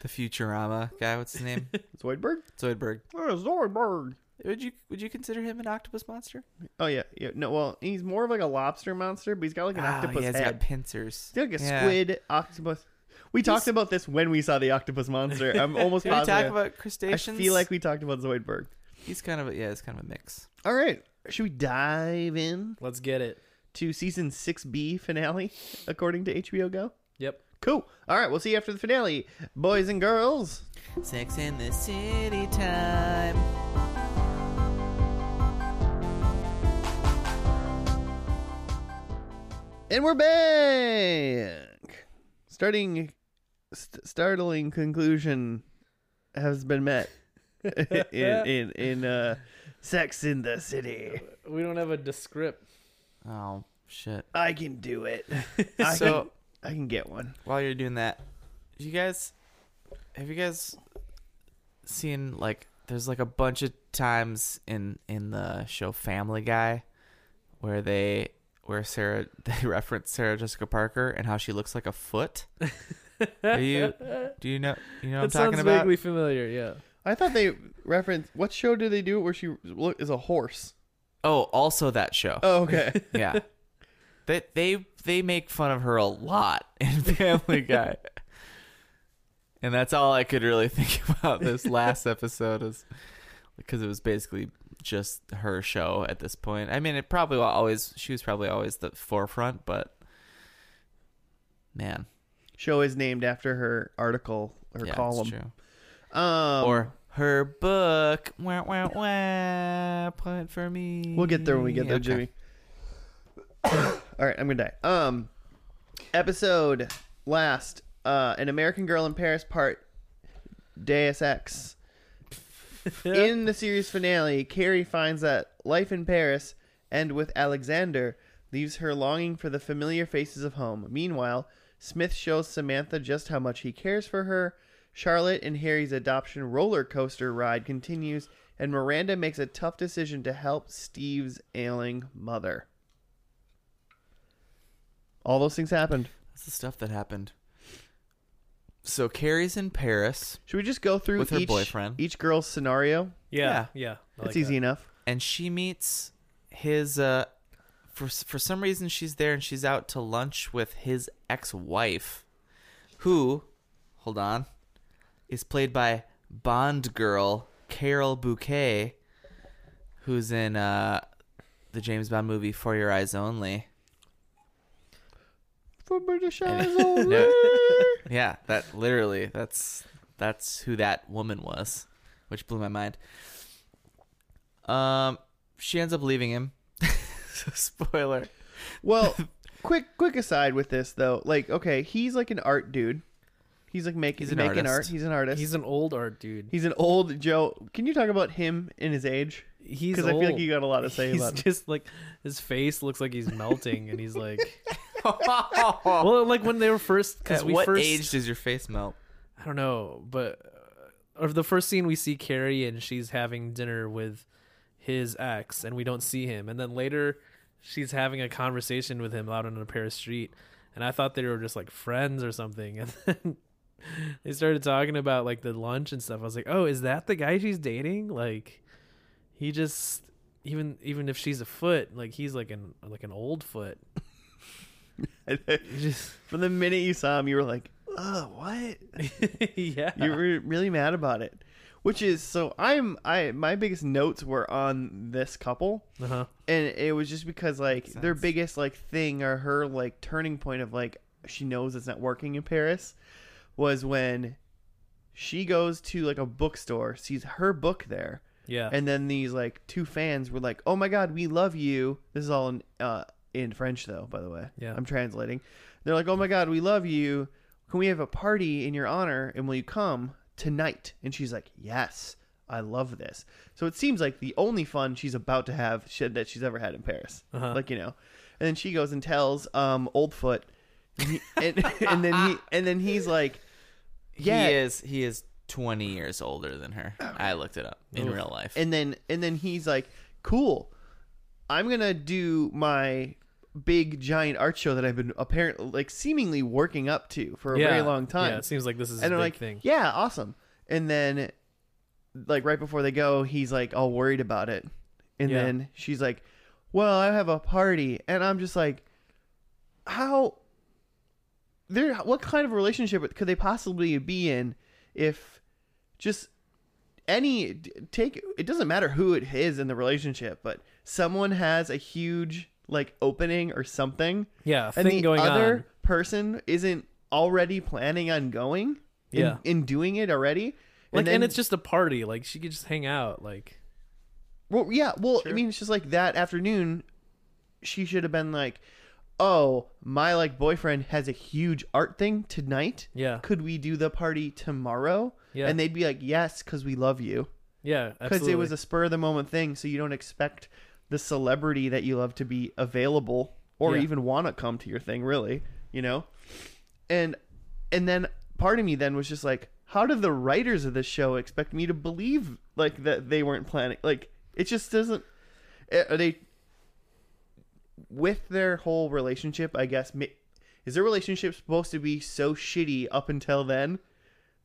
the Futurama guy. What's his name? Zoidberg? Zoidberg. Oh, Zoidberg. Would you would you consider him an octopus monster? Oh, yeah. yeah. No, well, he's more of like a lobster monster, but he's got like an Ah, octopus yeah, he's got head. pincers. He's got like a Yeah. squid octopus. We talked about this when we saw the octopus monster. I'm almost Did we talk positive. about I crustaceans? feel like we talked about Zoidberg. he's kind of a, yeah, it's kind of a mix. All right. Should we dive in? Let's get it. to season 6B finale, according to HBO Go. Yep. Cool. All right, we'll see you after the finale, boys and girls. Sex in the City time. And we're back. Starting st- startling conclusion has been met in in in uh Sex in the City. We don't have a descript. Oh shit! I can do it. I So- can, I can get one. While you're doing that, you guys, have you guys seen like there's like a bunch of times in in the show Family Guy where they where Sarah they reference Sarah Jessica Parker and how she looks like a foot. do you do you know That you know what I'm talking sounds about? vaguely familiar. Yeah. I thought they referenced what show do they do it where she look is a horse? Oh, also that show. Oh, okay. yeah. They they they make fun of her a lot in Family Guy. and that's all I could really think about this last episode is because it was basically just her show at this point. I mean, it probably will always she was probably always the forefront, but man, show is named after her article, her yeah, it's column. true. Um, or her book. Wah, wah, wah, point for me. we'll get there when we get there, Okay. Jimmy. All right, I'm gonna die. Um, episode last, uh, an American Girl in Paris part Deus Ex. in the series finale, Carrie finds that life in Paris and with Alexander leaves her longing for the familiar faces of home. Meanwhile, Smith shows Samantha just how much he cares for her. Charlotte and Harry's adoption roller coaster ride continues, and Miranda makes a tough decision to help Steve's ailing mother. All those things happened. That's the stuff that happened. So Carrie's in Paris, Should we just go through With her each, boyfriend. each girl's scenario? Yeah. Yeah. Yeah. I That's like easy enough. and she meets his. Uh, for for some reason, she's there and she's out to lunch with his ex-wife, who, hold on, is played by Bond girl Carol Bouquet, who's in uh, the James Bond movie For Your Eyes Only. For British eyes And- only. no- yeah, that literally that's that's who that woman was, which blew my mind. Um she ends up leaving him. so spoiler. Well, quick quick aside with this though. Like, okay, he's like an art dude. He's like making He's an making artist. art. He's an that. artist. He's, He's an old art dude. an old Joe. Can you talk about him and his age? He's Because I feel like old. you got a lot to say he's about. Him. just like his face looks like he's melting, and he's like, well, like when they were first because At we what first age does your face melt? I don't know, but uh, or the first scene we see Carrie and she's having dinner with his ex and we don't see him and then later she's having a conversation with him out on a Paris street and I thought they were just like friends or something and then they started talking about like the lunch and stuff. I was like, "Oh, is that the guy she's dating?" Like he just even even if she's a foot, like he's like an like an old foot. He just From the minute you saw him, you were like, "Ugh, what?" yeah. You were really mad about it, which is so. I'm I my biggest notes were on this couple, uh-huh. and it was just because like Makes their sense. biggest like thing or her like turning point of like she knows it's not working in Paris was when she goes to like a bookstore, sees her book there, Yeah. and then these like two fans were like, "Oh my god, we love you." This is all in uh, in French though, by the way. Yeah. I'm translating. They're like, "Oh my god, we love you. Can we have a party in your honor and will you come tonight?" And she's like, "Yes, I love this." So it seems like the only fun she's about to have she, that she's ever had in Paris. Uh-huh. Like you know, and then she goes and tells um Old Foot, and, he- and, and then he and then he's like, Yeah. He is he is 20 years older than her. I looked it up in real life. and then and then he's like cool i'm gonna do my big giant art show that i've been apparently like seemingly working up to for a yeah. very long time Yeah, it seems like this is and a they're big like thing. yeah awesome and then like right before they go he's like all worried about it and Yeah. then she's like well i have a party and i'm just like how there what kind of relationship could they possibly be in if just any take it doesn't matter who it is in the relationship but someone has a huge like opening or something Yeah, and thing the going other on. person isn't already planning on going and- Yeah. and doing it already Like and, then- it's just a party. Like she could just hang out like Well, yeah. Well, I mean, it's just like that afternoon, she should have been like, "Oh, my like boyfriend has a huge art thing tonight. Yeah. could we do the party tomorrow?" Yeah. and they'd be like, "Yes, because we love you." Yeah, Because absolutely. it was a spur of the moment thing, so you don't expect the celebrity that you love to be available or Yeah. even want to come to your thing, really. You know, and and then part of me then was just like, how did the writers of this show expect me to believe like that they weren't planning? Like it just doesn't. eh, Are they with their whole relationship? I guess ma- is their relationship supposed to be so shitty up until then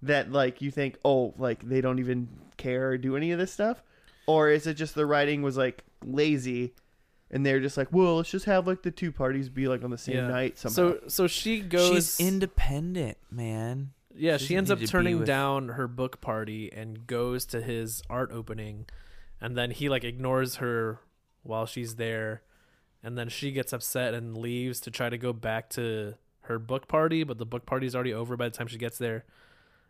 that like you think oh like they don't even care or do any of this stuff, or is it just the writing was like lazy? And they're just like, well, let's just have like the two parties be like on the same yeah. night somehow. So so she goes She's independent, man. Yeah, She she doesn't ends need up to be turning with- down her book party and goes to his art opening, and then he like ignores her while she's there, and then she gets upset and leaves to try to go back to her book party, but the book party's already over by the time she gets there.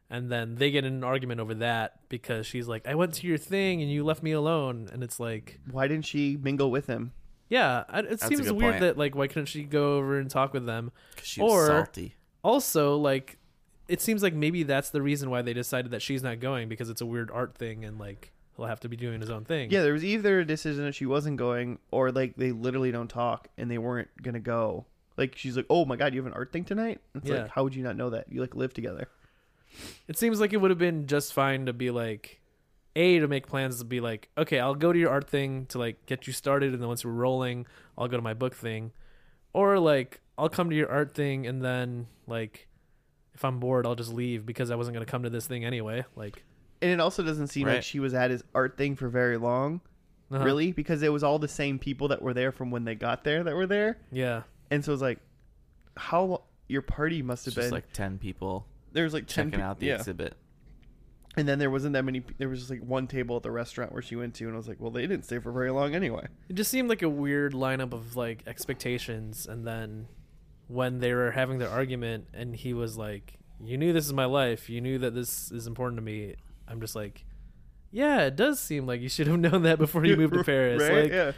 And then they get in an argument over that because she's like, "I went to your thing and you left me alone," and it's like, why didn't she mingle with him? yeah, I- it a seems good weird point. that like why couldn't she go over and talk with them? Cuz she was Or- salty. also like it seems like maybe that's the reason why they decided that she's not going because it's a weird art thing and like he'll have to be doing his own thing Yeah, there was either a decision that she wasn't going, or like they literally don't talk and they weren't gonna go. Like she's like, "Oh my god, you have an art thing tonight." It's Yeah. like, how would you not know that? You like live together. it seems like it would have been just fine to be like a to make plans to be like okay i'll go to your art thing to like get you started and then once we're rolling i'll go to my book thing or like i'll come to your art thing and then like if i'm bored i'll just leave because i wasn't going to come to this thing anyway like And it also doesn't seem like Right. she was at his art thing for very long, uh-huh. really, because it was all the same people that were there from when they got there that were there, yeah and so it's like, how lo- your party must have It's just been like 10 people there was like ten checking peop- out the yeah. exhibit. and then there wasn't that many. pe- There was just like one table at the restaurant where she went to, and I was like, well, they didn't stay for very long anyway. It just seemed like a weird lineup of like expectations, and then when they were having their argument, and he was like, "You knew this is my life. You knew that this is important to me." I'm just like, "Yeah, it does seem like you should have known that before you moved to Paris." right? Like, yeah.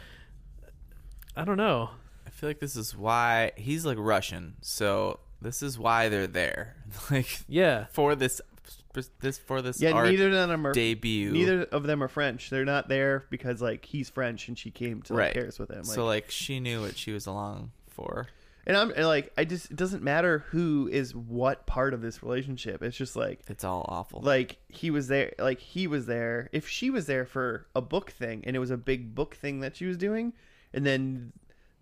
I don't know. I feel like this is why he's like Russian. So this is why they're there. Like Yeah, for this this for this Yeah, art neither of them are debut. neither of them are French. They're not there because like he's French and she came to like, Right. Paris with him. Like, so like she knew what she was along for. And I'm and, like, I just it doesn't matter who is what part of this relationship. It's just like It's all awful. like he was there like he was there if she was there for a book thing and it was a big book thing that she was doing and then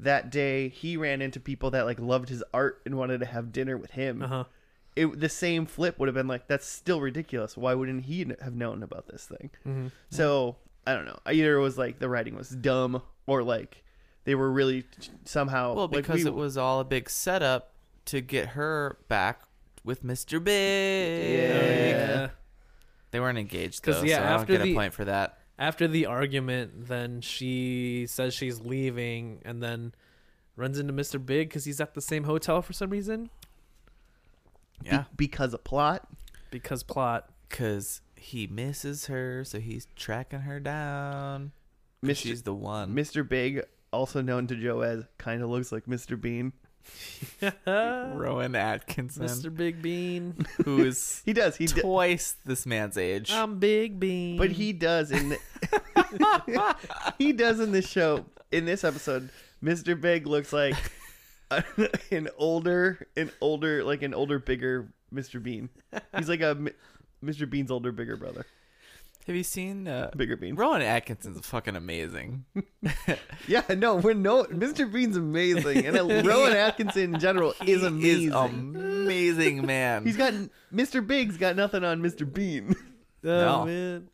that day he ran into people that like loved his art and wanted to have dinner with him Uh-huh. it, the same flip would have been like that's still ridiculous why wouldn't he kn- have known about this thing Mm-hmm. so i don't know either it was like the writing was dumb or like they were really somehow well, like, because we- it was all a big setup to get her back with Mr. Big. Yeah. They weren't engaged though, 'Cause, yeah, so I after don't get the- a point for that. After the argument, then she says she's leaving, and then runs into Mr. Big because he's at the same hotel for some reason. be- Yeah, Mm-hmm. because of plot Because plot. because he misses her, so he's tracking her down. 'Cause Mr. She's the one. mr big also known to joe as kind of looks like mr bean Rowan Atkinson, Mr. Big Bean. who is He does. He does. twice this man's age. I'm Big Bean. But he does in the, he does in this show in this episode. Mr. Big looks like a- an older, an older, like an older, bigger Mr. Bean. He's like a M- Mr. Bean's older, bigger brother, Have you seen uh, bigger Bean. Rowan Atkinson's fucking amazing. Yeah, no, we're no. Mr. Bean's amazing, and uh, Rowan Atkinson in general is He amazing. amazing man. He's got Mr. Big's got nothing on Mr. Bean. Oh No. man.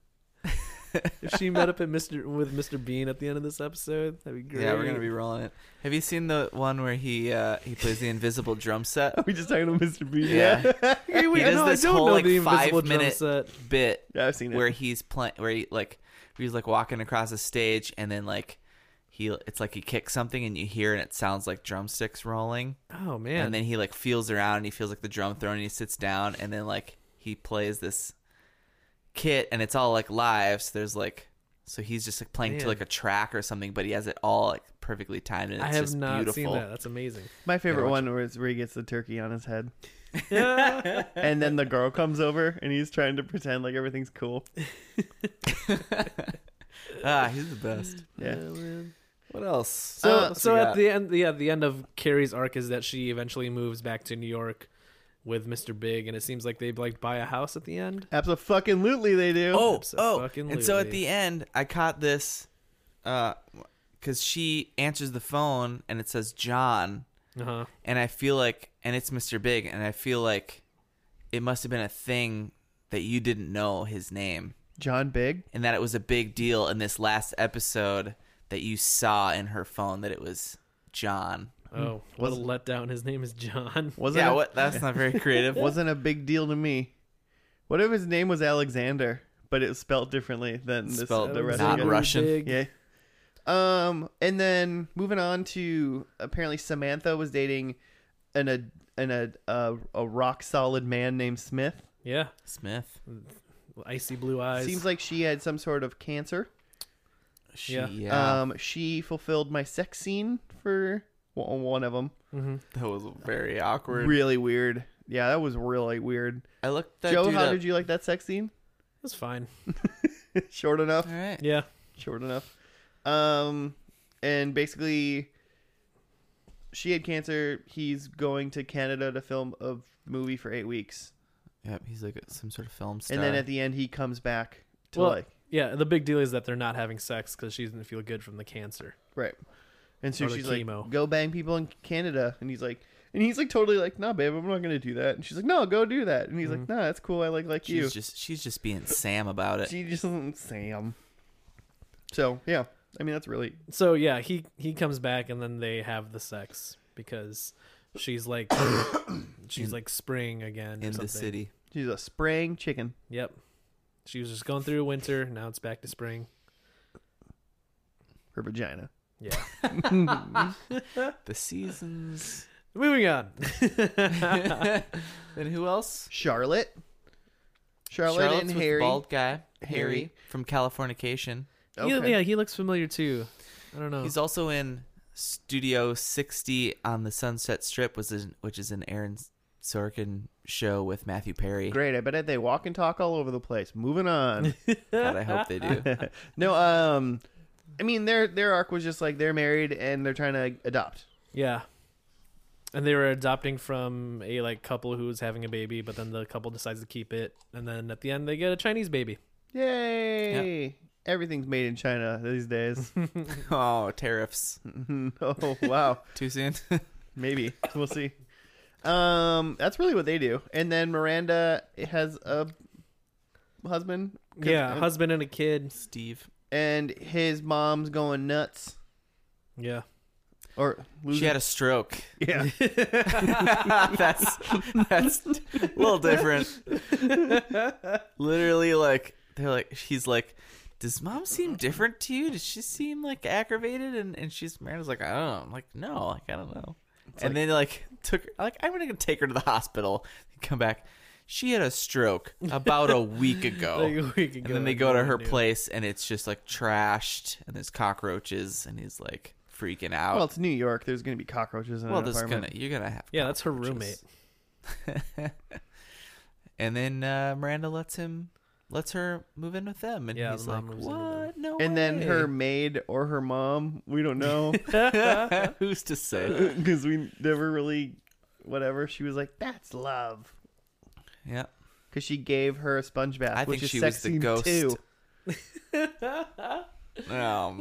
if she met up at Mr. with Mr. Bean at the end of this episode, that'd be great. yeah, we're gonna be rolling it. Have you seen the one where he uh, he plays the invisible drum set we just talking about Mr. Bean. Yeah. Hey, wait, He does no, this I don't whole, know like, the invisible five drum minute- set. bit yeah, I've seen it. where he's playing where he like where he's like walking across a stage and then like he it's like he kicks something and you hear and it sounds like drumsticks rolling Oh man. and then he like feels around and he feels like the drum thrown and he sits down and then like he plays this kit and it's all like live so there's like so he's just like playing to Man. like a track or something but he has it all like perfectly timed and it's I have just not seen beautiful that. That's amazing. My favorite watch one was where he gets the turkey on his head. Yeah. and then the girl comes over and he's trying to pretend like everything's cool. ah he's the best Yeah. man. what else So, Uh, so at the end, yeah, the end of Carrie's arc is that she eventually moves back to New York with Mr. Big, and it seems like they like buy a house at the end. Absolutely, they do. Oh, Abso- oh, fucking and so at lutely. the end, I caught this, uh, because she answers the phone and it says John, Uh huh. and I feel like, and it's Mr. Big, and I feel like it must have been a thing that you didn't know his name, John Big. and that it was a big deal in this last episode that you saw in her phone that it was John. Oh, what a Was- letdown! His name is John. Wasn't Yeah, a, what? That's not very creative. wasn't a big deal to me. What if his name was Alexander, but it was spelled differently than this, Spelled the rest not of it? Russian. Big. Yeah. Um, and then moving on to apparently Samantha was dating an a an a a, a rock solid man named Smith. Yeah. Smith. Icy blue eyes. Seems like she had some sort of cancer. She, Yeah. Um, she fulfilled my sex scene for well, one of them. Mm-hmm. that was very awkward. Really weird. Yeah, that was really weird. I looked that Joe, dude how up. did you like that sex scene? it's fine. Short enough. All right. Yeah. Short enough. Um, and basically, she had cancer. He's going to Canada to film a movie for eight weeks, Yep, he's like some sort of film star. and then at the end, he comes back to Well- like Yeah. The big deal is that they're not having sex because she doesn't feel good from the cancer. right. And so Or the she's chemo. like, "Go bang people in Canada," and he's like. And he's like totally like, no, babe, I'm not gonna do that. And she's like, no, go do that. And he's Mm-hmm. like, no, that's cool. I like like She's you. just she's just being Sam about it. She just Sam. So yeah, I mean that's really So yeah, he he comes back and then they have the sex because she's like she's like spring again or in something. the city. she's a spraying chicken. Yep. She was just going through winter. Now it's back to spring. Her vagina. Yeah. The seasons. Moving on. then who else? Charlotte. Charlotte Charlotte's and with the Harry. bald guy, Harry, Harry. from Californication. He- Okay. yeah, he looks familiar too. I don't Oh. know. He's also in Studio 60 on the Sunset Strip, was in, which is an Aaron Sorkin show with Matthew Perry. Great. I bet they walk and talk all over the place. Moving on. God, I hope they do. no, um, I mean their their arc was just like they're married and they're trying to adopt. yeah. and they were adopting from a like couple who was having a baby, but then the couple decides to keep it, and then at the end they get a Chinese baby. Yay! Everything's made in China these days. Oh, tariffs. oh wow. Too soon. Maybe we'll see. Um, that's really what they do. And then Miranda has a husband. 'cause- Yeah, a husband and a kid. Steve. and his mom's going nuts Yeah, or losing. She had a stroke. yeah. that's that's a little different. Literally, like they're like she's like, does mom seem different to you? Does she seem like aggravated? And and she's Miranda's like, I don't know. I'm like, no, like I don't know. and then like took her, like I'm gonna take her to the hospital. Come back. She had a stroke about a week ago. Like, we could And then they like, go to what her we do. place and it's just like trashed and there's cockroaches and he's like freaking out. Well, it's New York. There's gonna be cockroaches in Well, an there's apartment. gonna you're gonna have Yeah, that's her cockroaches. roommate. and then uh, Miranda lets him lets her move in with them and Yeah, he's the like mom moves in with them. what no And then way." her maid or her mom, we don't know, who's to say because we never really, whatever. She was like, "That's love," yeah because she gave her a sponge bath, I which think is she sex was the scene ghost. two. um,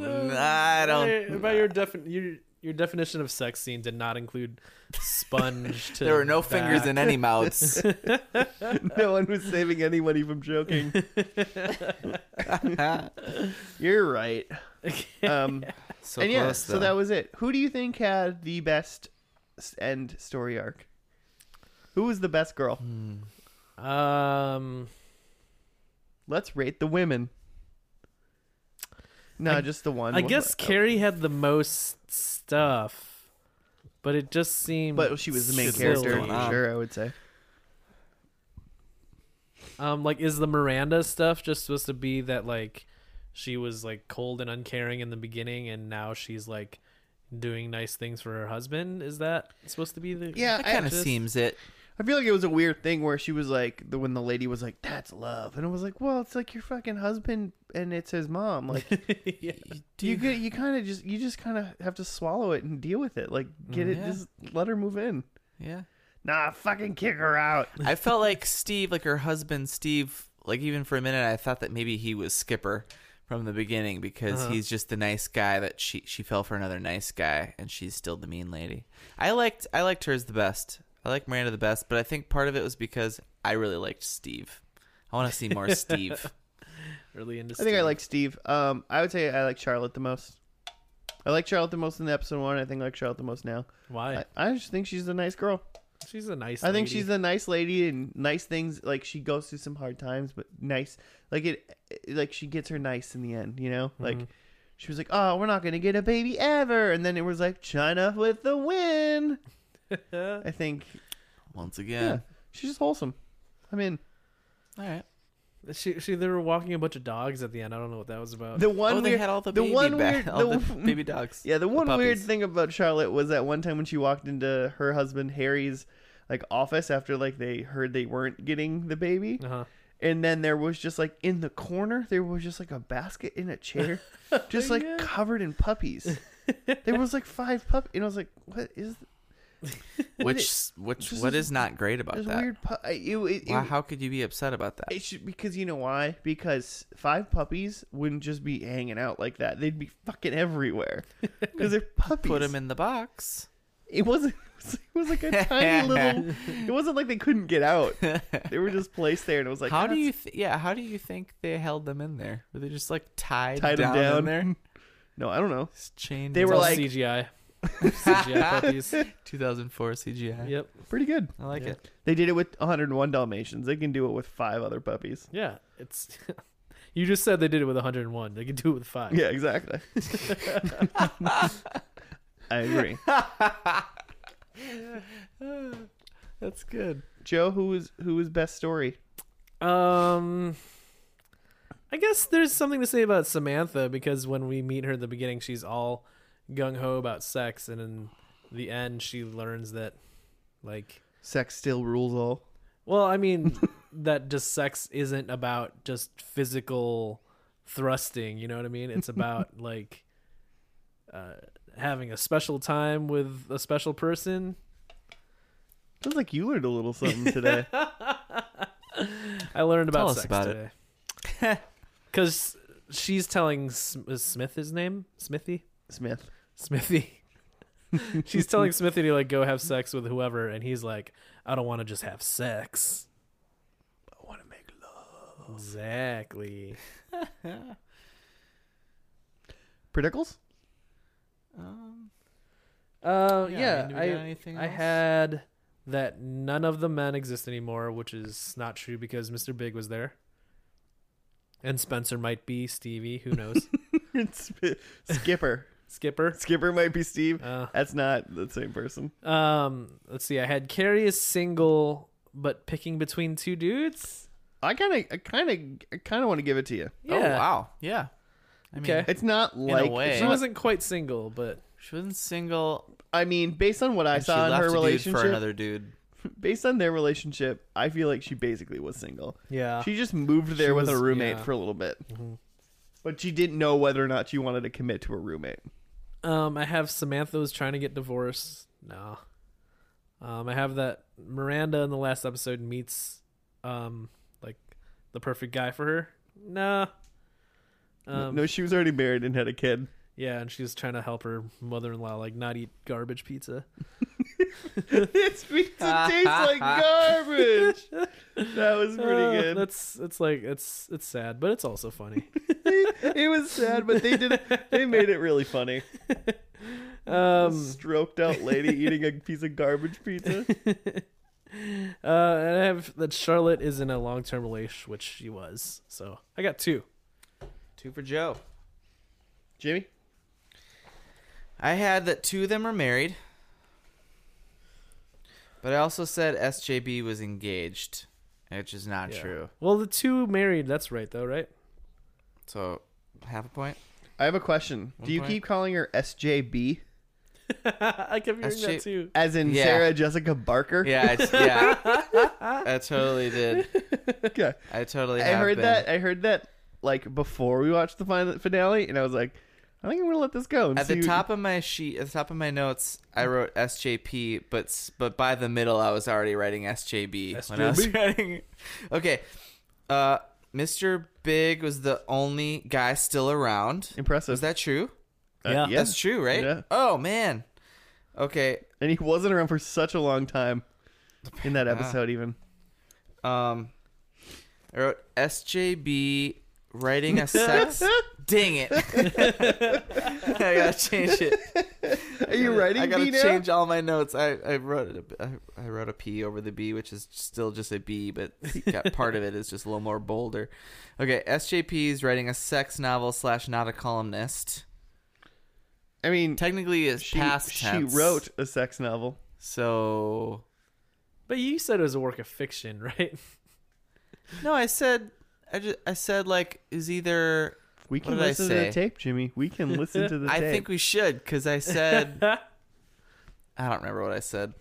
By- I don't By your defin your your definition of sex scene did not include sponge. To there were no back. fingers in any mouths no one was saving anybody from joking. You're right. Um, so and close yeah, though. so that was it. Who do you think had the best s- end story arc? Who was the best girl? Um, Let's rate the women. No, just the one. I One- guess oh. Carrie had the most stuff, but it just seemed. but she was the main Shit, what's character going for on? sure. I would say. Um, like, is the Miranda stuff just supposed to be that like she was like cold and uncaring in the beginning, and now she's like doing nice things for her husband? Is that supposed to be the? Yeah, that I- kind of just- seems it I feel like it was a weird thing where she was like, the when the lady was like, "That's love," and I was like, "Well, it's like your fucking husband, and it's his mom. Like, yeah. you get, you kind of just, you just kind of have to swallow it and deal with it. Like, get it, Yeah. just let her move in. yeah Nah, fucking kick her out. I felt like Steve, like her husband Steve, like even for a minute I thought that maybe he was Skipper from the beginning because Uh-huh. he's just the nice guy that she she fell for another nice guy and she's still the mean lady. I liked I liked hers the best. I liked Miranda the best, but I think part of it was because I really liked Steve. I want to see more Steve. Really into. I think I like Steve. Um, I would say I like Charlotte the most. I like Charlotte the most in the episode one. I think I like Charlotte the most now. why I, I just think she's a nice girl. she's a nice. I think lady. she's a nice lady and nice things. Like she goes through some hard times, but nice. Like it, like she gets her nice in the end. You know, like Mm-hmm. she was like, "Oh, we're not gonna get a baby ever," and then it was like China with the win. I think Once yeah, again. she's just wholesome. I mean, All right. She, she, they were walking a bunch of dogs at the end. I don't know what that was about. the one oh, they weird- had all the, the baby one ba- weird, all the- the baby dogs. Yeah, the one weird puppies. thing about Charlotte was that one time when she walked into her husband Harry's like office after like they heard they weren't getting the baby, uh-huh. and then there was just like in the corner there was just like a basket in a chair, just like Yeah. covered in puppies. there was like five pup, and I was like, "What is Which which This what is- is not great about this that? weird pu- I- it, it, it, Why- how could you be upset about that? it should because you know why? Because five puppies wouldn't just be hanging out like that; they'd be fucking everywhere because they're puppies. Put them in the box. It wasn't. It was like a tiny little. It wasn't like they couldn't get out. They were just placed there, and it was like, how "Ah, do it's you th- yeah how do you think they held them in there were they just like tied, tied down, them down in there No, I don't know. Just chained They to were It's all like- CGI. CGI puppies. 2004 cgi Yep. Pretty good. i like Yeah. it They did it with 101 Dalmatians. They can do it with five other puppies. Yeah. It's. you just said they did it with 101. They could do it with five. Yeah, exactly. I agree. that's good Joe, who was who was best story? Um, I guess there's something to say about Samantha because when we meet her at the beginning, she's all gung ho about sex, and in the end, she learns that, like, Sex still rules all. well, I mean, that just sex isn't about just physical thrusting. You know what I mean? It's about like uh, having a special time with a special person Sounds like you learned a little something today. I learned about Tell us sex about it. today. Because she's telling S- is Smith his name? Smithy? Smith. Smithy. she's telling Smithy to like go have sex with whoever, and he's like, I don't want to just have sex. I want to make love. Exactly. Predicles? Um, Uh, Yeah, I yeah, mean, do we I, got anything I else? had that none of the men exist anymore, which is not true because Mr. Big was there. And Spencer might be Stevie, who knows? Sp- Skipper. Skipper. Skipper might be Steve. Uh, That's not the same person. um, let's see. I had Carrie is single, but picking between two dudes. I kind of, I kind of, I kind of want to give it to you. Yeah. Oh wow. Yeah. I mean, Okay. It's not like way. it's She not- wasn't quite single, but she wasn't single. I mean, based on what I and she saw in left her a dude relationship, for another dude. based on their relationship, I feel like she basically was single. yeah. She just moved there She with a was- roommate yeah. Mm-hmm. for a little bit. But she didn't know whether or not she wanted to commit to a roommate. Um, I have Samantha was trying to get divorced. No. Um, I have that Miranda in the last episode meets, um, like the perfect guy for her. Nah. Um, no, she was already married and had a kid. yeah, and she's trying to help her mother-in-law like not eat garbage pizza. this pizza tastes like garbage. That was Uh, pretty good. That's it's like it's it's sad, but it's also funny. it was sad, but they did. They made it really funny. um, Stroked out lady eating a piece of garbage pizza. uh, and I have that Charlotte is in a long-term relation, which she was. So I got two. Two for Joe. Jimmy, I had that two of them are married. But I also said SJB was engaged, which is not Yeah. true. Well, the two married. That's right, though, right? So half a point. I have a question. One Do you point. keep calling her SJB, I kept hearing That's that cheap. too. as in Yeah. Sarah Jessica Barker? Yeah, it's, yeah. I totally did. Okay. I totally. I have heard been. that. um, I heard that like before we watched the final finale, and I was like, I think I'm gonna let this go. And At see the what- top of my sheet, at the top of my notes, I Mm. wrote SJP, but s- but by the middle, I was already writing SJB. When I was SJB. writing. Okay, uh, Mr. Big was the only guy still around. impressive. Is that true? Uh, Yeah. yeah. That's true, right? Yeah. Oh man. Okay. And he wasn't around for such a long time in that episode, even. Um, I wrote SJB writing a sex. Dang it! I gotta change it. Are you writing I gotta B now? change all my notes. I, I wrote it- I, I wrote a P over the B, which is still just a B, but got part of it is just a little more bolder. Okay, SJP is writing a sex novel slash not a columnist. I mean, Technically, it's she, past she tense. wrote a sex novel. So But you said it was a work of fiction, right? no, I said I just I said like is either We can did I listen to the say? tape, Jimmy. We can listen to the I tape. think we should because I said I don't remember what I said,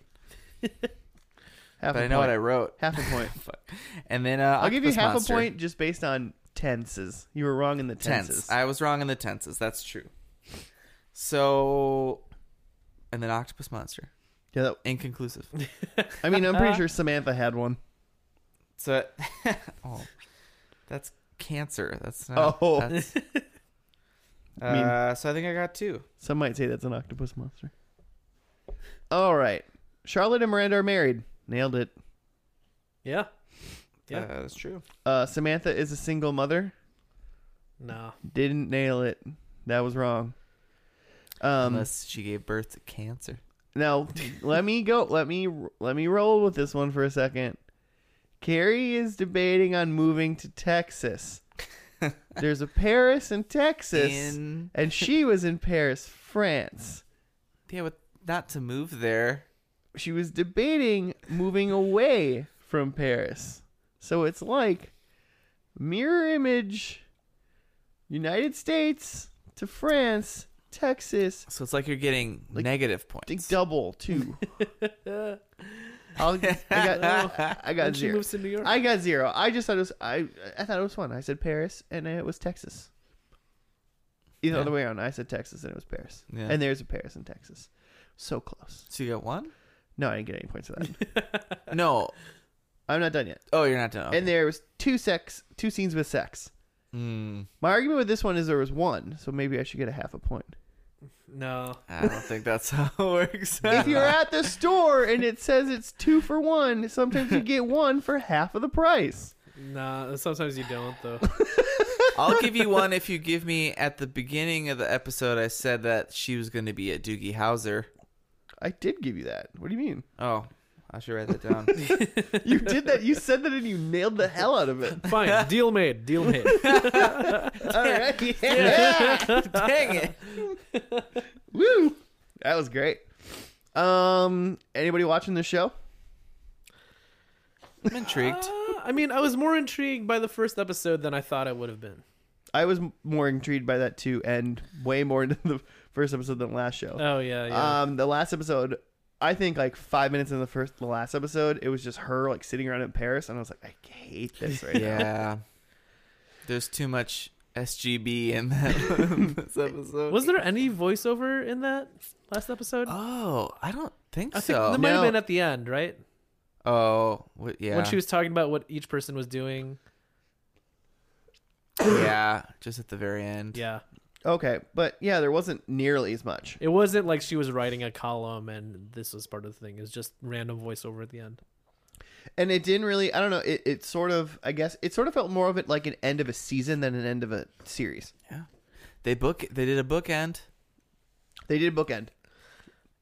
half but a I know point. what I wrote. Half a point. Fuck. And then uh, I'll give you Octopus half Monster. a point just based on tenses. You were wrong in the tenses. tense. I was wrong in the tenses. That's true. So, and then octopus monster, yeah, that- inconclusive. I mean, I'm pretty sure Samantha had one. So, oh, that's cancer. That's not. Oh, that's- I mean- uh, so I think I got two. some might say that's an octopus monster. All right, Charlotte and Miranda are married. Nailed it. yeah. Yeah. Uh, that's true. Uh, Samantha is a single mother. No. Didn't nail it. That was wrong. Um, Unless she gave birth to cancer. Now, let me go. Let me let me roll with this one for a second. Carrie is debating on moving to Texas. There's a Paris in Texas, In and she was in Paris, France. yeah, but not to move there. She was debating moving away from Paris. So it's like mirror image United States to France, Texas. So it's like you're getting Like- negative Think points. double two. Uh, I'll, I got, I got and she zero. moves to New York. I got zero. I just thought it was I. I thought it was fun. I said Paris, and it was Texas. Either Yeah. other way No, I didn't get any points for that. No. I'm not done yet. Oh, you're not done. Okay. And there was two sex, two scenes with sex. Mm, My argument with this one is there was one, so maybe I should get a half a point. No. I don't think that's how it works. If you're at the store and it says it's two for one, sometimes you get one for half of the price. Nah, sometimes you don't though. I'll give you one if you give me at the beginning of the episode. I said that she was going to be at Doogie Howser. I did give you that. What do you mean? Oh, I should write that down. You did that. You said that and you nailed the hell out of it. Fine, deal made, deal made. All right. Yeah. Dang it! Woo. That was great. Um, anybody watching this show? I'm intrigued. Uh, I mean, I was more intrigued by the first episode than I thought I would have been. I was m- more intrigued by that too, and way more into the first episode than the last show. Oh yeah, yeah. Uh, Um, the last episode, I think like five minutes in the first, the last episode, it was just her like sitting around in Paris, and I was like, I hate this right now. Yeah, there's too much SGB in that this episode. was there any voiceover in that last episode? Oh, I don't think I think so. there might have No. been at the end, right? oh, wh- yeah. When she was talking about what each person was doing. yeah, just at the very end. Yeah. Okay, but yeah, there wasn't nearly as much. It wasn't like she was writing a column and this was part of the thing. It was just random voiceover at the end. and it didn't really i don't know it, it sort of i guess it sort of felt more of it like an end of a season than an end of a series They book. They did a bookend. they did a bookend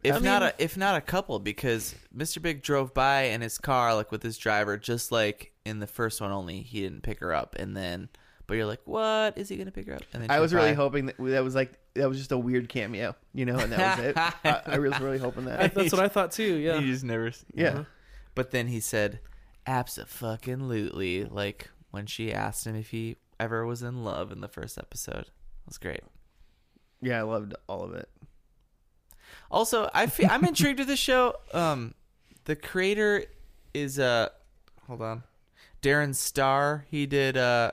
If I not mean- a if not a couple, because Mr. Big drove by in his car like with his driver, just like in the first one only he didn't pick her up and then but you're like, What is he gonna pick her up? And then i she was really bye. hoping that that was like that was just a weird cameo you know and that was it I, I was really hoping I- that That's what I thought too. Yeah. He just never s- uh-huh. yeah But then he said absolutely like when she asked him if he ever was in love in the first episode. That was great. yeah i loved all of it Also, I feel I'm intrigued with this show. Um, the creator is uh, hold on, Darren Star. He did uh,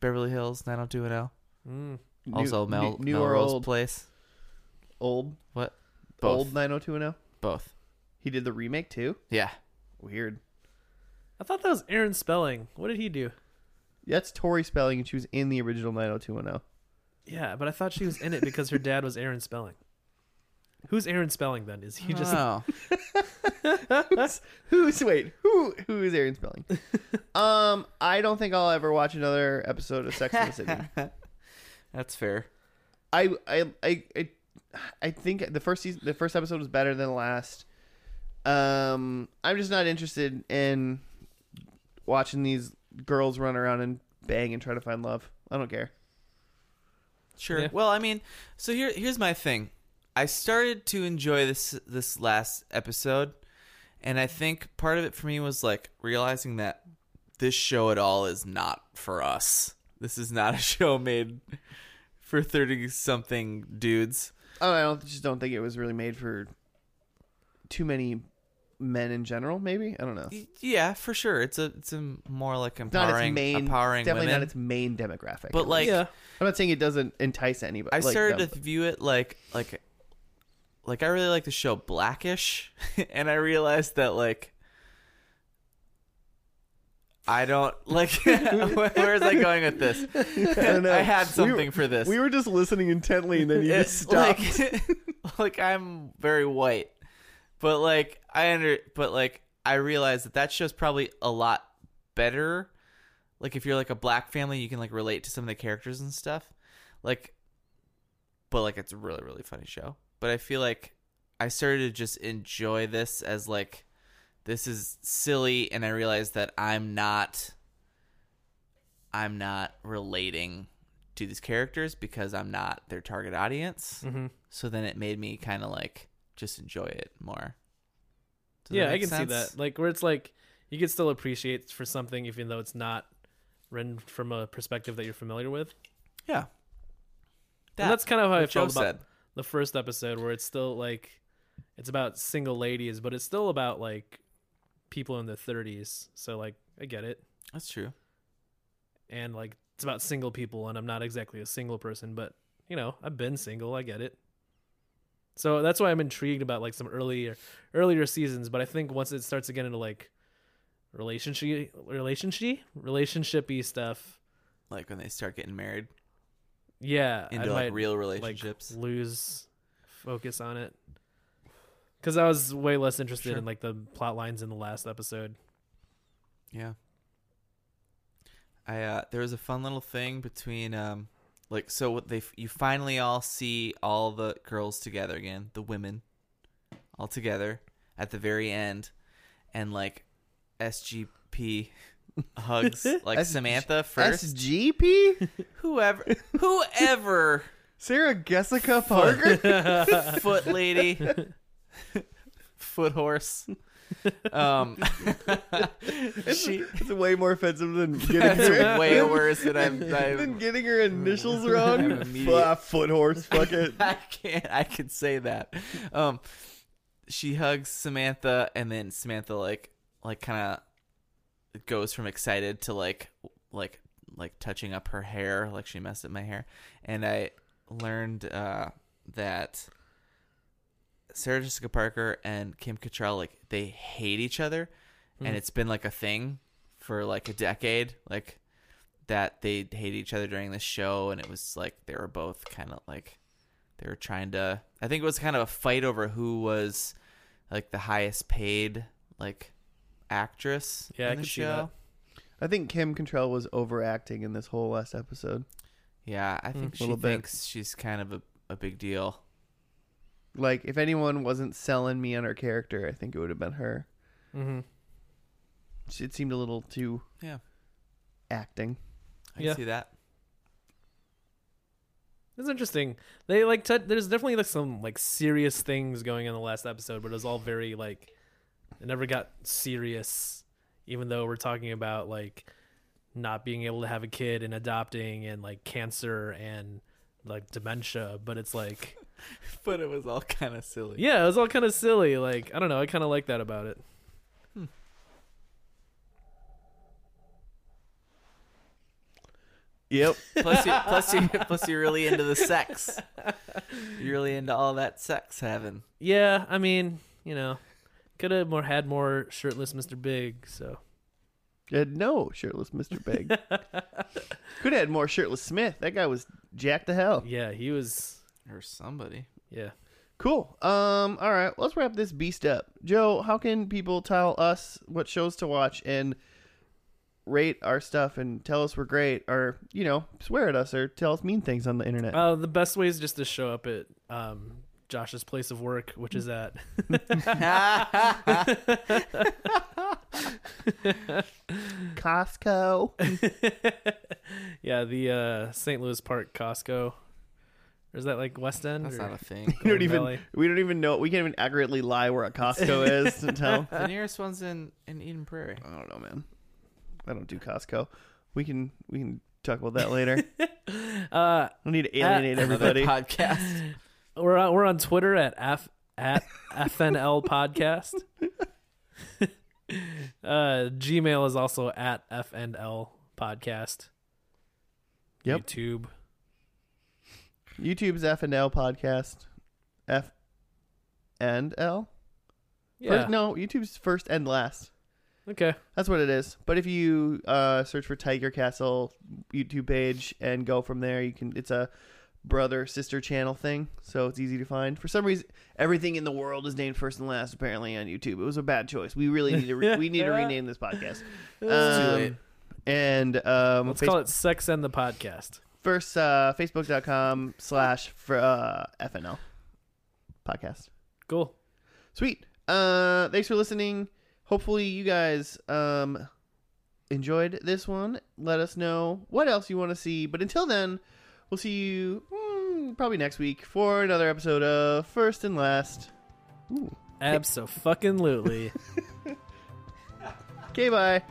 Beverly Hills 90210. Mm. New- Also, Mel new, new or Melrose old Place. old What? Both. old 90210 Both. he did the remake too Yeah. weird I thought that was Aaron Spelling. What did he do? that's Tori Spelling, and she was in the original 90210. Yeah, but I thought she was in it because her dad was Aaron Spelling. Who's Aaron Spelling then? Is he just oh. Who's wait? Who who is Aaron Spelling? um, I don't think I'll ever watch another episode of Sex and the City. That's fair. I I I I, I think the first season, the first episode was better than the last. Um, I'm just not interested in watching these girls run around and bang and try to find love. I don't care. Sure. Yeah. Well, I mean, so here here's my thing. I started to enjoy this this last episode, and I think part of it for me was like realizing that this show at all is not for us. This is not a show made for thirty something dudes. Oh, I don't just don't think it was really made for too many men in general. Maybe I don't know. Y- Yeah, for sure. It's a it's a more like It's Not empowering its main, empowering definitely women. not its main demographic. but like Yeah. I'm not saying it doesn't entice anybody. I like, started them. to view it like like like I really like the show Blackish, and I realized that like I don't like where- where is I going with this? I don't know. I had We were- something for this. We were just listening intently, and then you just stopped. It's Like, like I'm very white, but like I under, but like I realize that that show's probably a lot better. Like if you're like a black family, you can like relate to some of the characters and stuff. Like, but like it's a really really funny show. But I feel like I started to just enjoy this as like this is silly, and I realized that I'm not. I'm not relating to these characters because I'm not their target audience. Mm-hmm. So then it made me kind of like just enjoy it more. Does that Yeah, I make can see sense? that. Like where it's like you can still appreciate for something even though it's not written from a perspective that you're familiar with. Yeah. That, and that's kind of how I what Joe felt about said. the first episode where it's still like it's about single ladies, but it's still about like people in their 30s. So like I get it. That's true. And like it's about single people and I'm not exactly a single person, but you know, I've been single, I get it. So that's why I'm intrigued about like some earlier earlier seasons, but I think once it starts to get into like relationship relationship relationshipy stuff, Like when they start getting married yeah, I into like might, real like, relationships. lose focus on it. Cuz I was way less interested Sure. in like the plot lines in the last episode. Yeah. I uh, there was a fun little thing between um, like so what they you finally all see all the girls together again, the women all together at the very end, and like SGP hugs like S- Samantha first, SGP? whoever whoever Sarah Jessica Parker? Mm-hmm. foot lady, foot horse. Um, she, it's way more offensive than getting her, that's way worse than I'm. than I'm getting her initials I'm wrong. immediate- Ah, foot horse, fuck it. I can't. I can say that. Um, she hugs Samantha, and then Samantha like like kind of goes from excited to like like like touching up her hair, like she messed up my hair, and I learned uh, that Sarah Jessica Parker and Kim Cattrall like they hate each other, Mm-hmm. and it's been like a thing for like a decade, like that they hated each other during this show, and it was like they were both kind of like they were trying to. I think it was kind of a fight over who was like the highest paid like actress Yeah, I in the could see show. I think Kim Contrell was overacting in this whole last episode. Yeah, Mm, I think she Little bit. thinks she's kind of a, a big deal. Like, if anyone wasn't selling me on her character, I think it would have been her. Mhm. She- It seemed a little too Yeah. acting. I can Yeah. see that. It's interesting. They like tou there's definitely like some like serious things going in the last episode, but it was all very like it never got serious even though we're talking about like not being able to have a kid and adopting and like cancer and like dementia, but it's like But it was all kind of silly. yeah, it was all kind of silly. Like I don't know, I kind of like that about it. Yep. plus, you, plus, you, plus, you're really into the sex. You're really into all that sex having. Yeah, I mean, you know, could have more had more shirtless Mr. Big, so Had no shirtless Mr. Big. Could have had more shirtless Smith. That guy was jacked to hell. yeah, he was Or somebody. yeah. Cool. Um. All right. Let's wrap this beast up. Joe, how can people tell us what shows to watch and rate our stuff and tell us we're great or you know swear at us or tell us mean things on the internet? Uh, the best way is just to show up at um, Josh's place of work, which is at Costco. yeah the uh, St. Louis Park Costco. Or is that like West End? That's or- not a thing. We don't Golden even. Valley. We don't even know. We can't even accurately lie where a Costco is to tell. the nearest one's in, in Eden Prairie. I don't know, man. I don't do Costco. We can we can talk about that later. I uh, don't need to alienate everybody. Another podcast. we're on, we're on Twitter at f at FNL Podcast. uh, Gmail is also at FNL Podcast. Yep. YouTube. YouTube's F and L podcast. F and L. Yeah. First- no, YouTube's first and last. Okay. That's what it is. But if you uh, search for Tiger Castle YouTube page and go from there, you can. It's a brother sister channel thing, so it's easy to find. For some reason, everything in the world is named first and last apparently on YouTube. It was a bad choice. We really need to re- we need to rename this podcast. Um, late. And um, Let's Facebook- call it Sex and the Podcast. first uh, facebook.com slash for uh, FNL podcast. Cool. Sweet. Uh, thanks for listening. Hopefully, you guys um, enjoyed this one. Let us know what else you want to see. But until then, we'll see you mm, probably next week for another episode of First and Last. Abso fucking lutely. Okay, bye.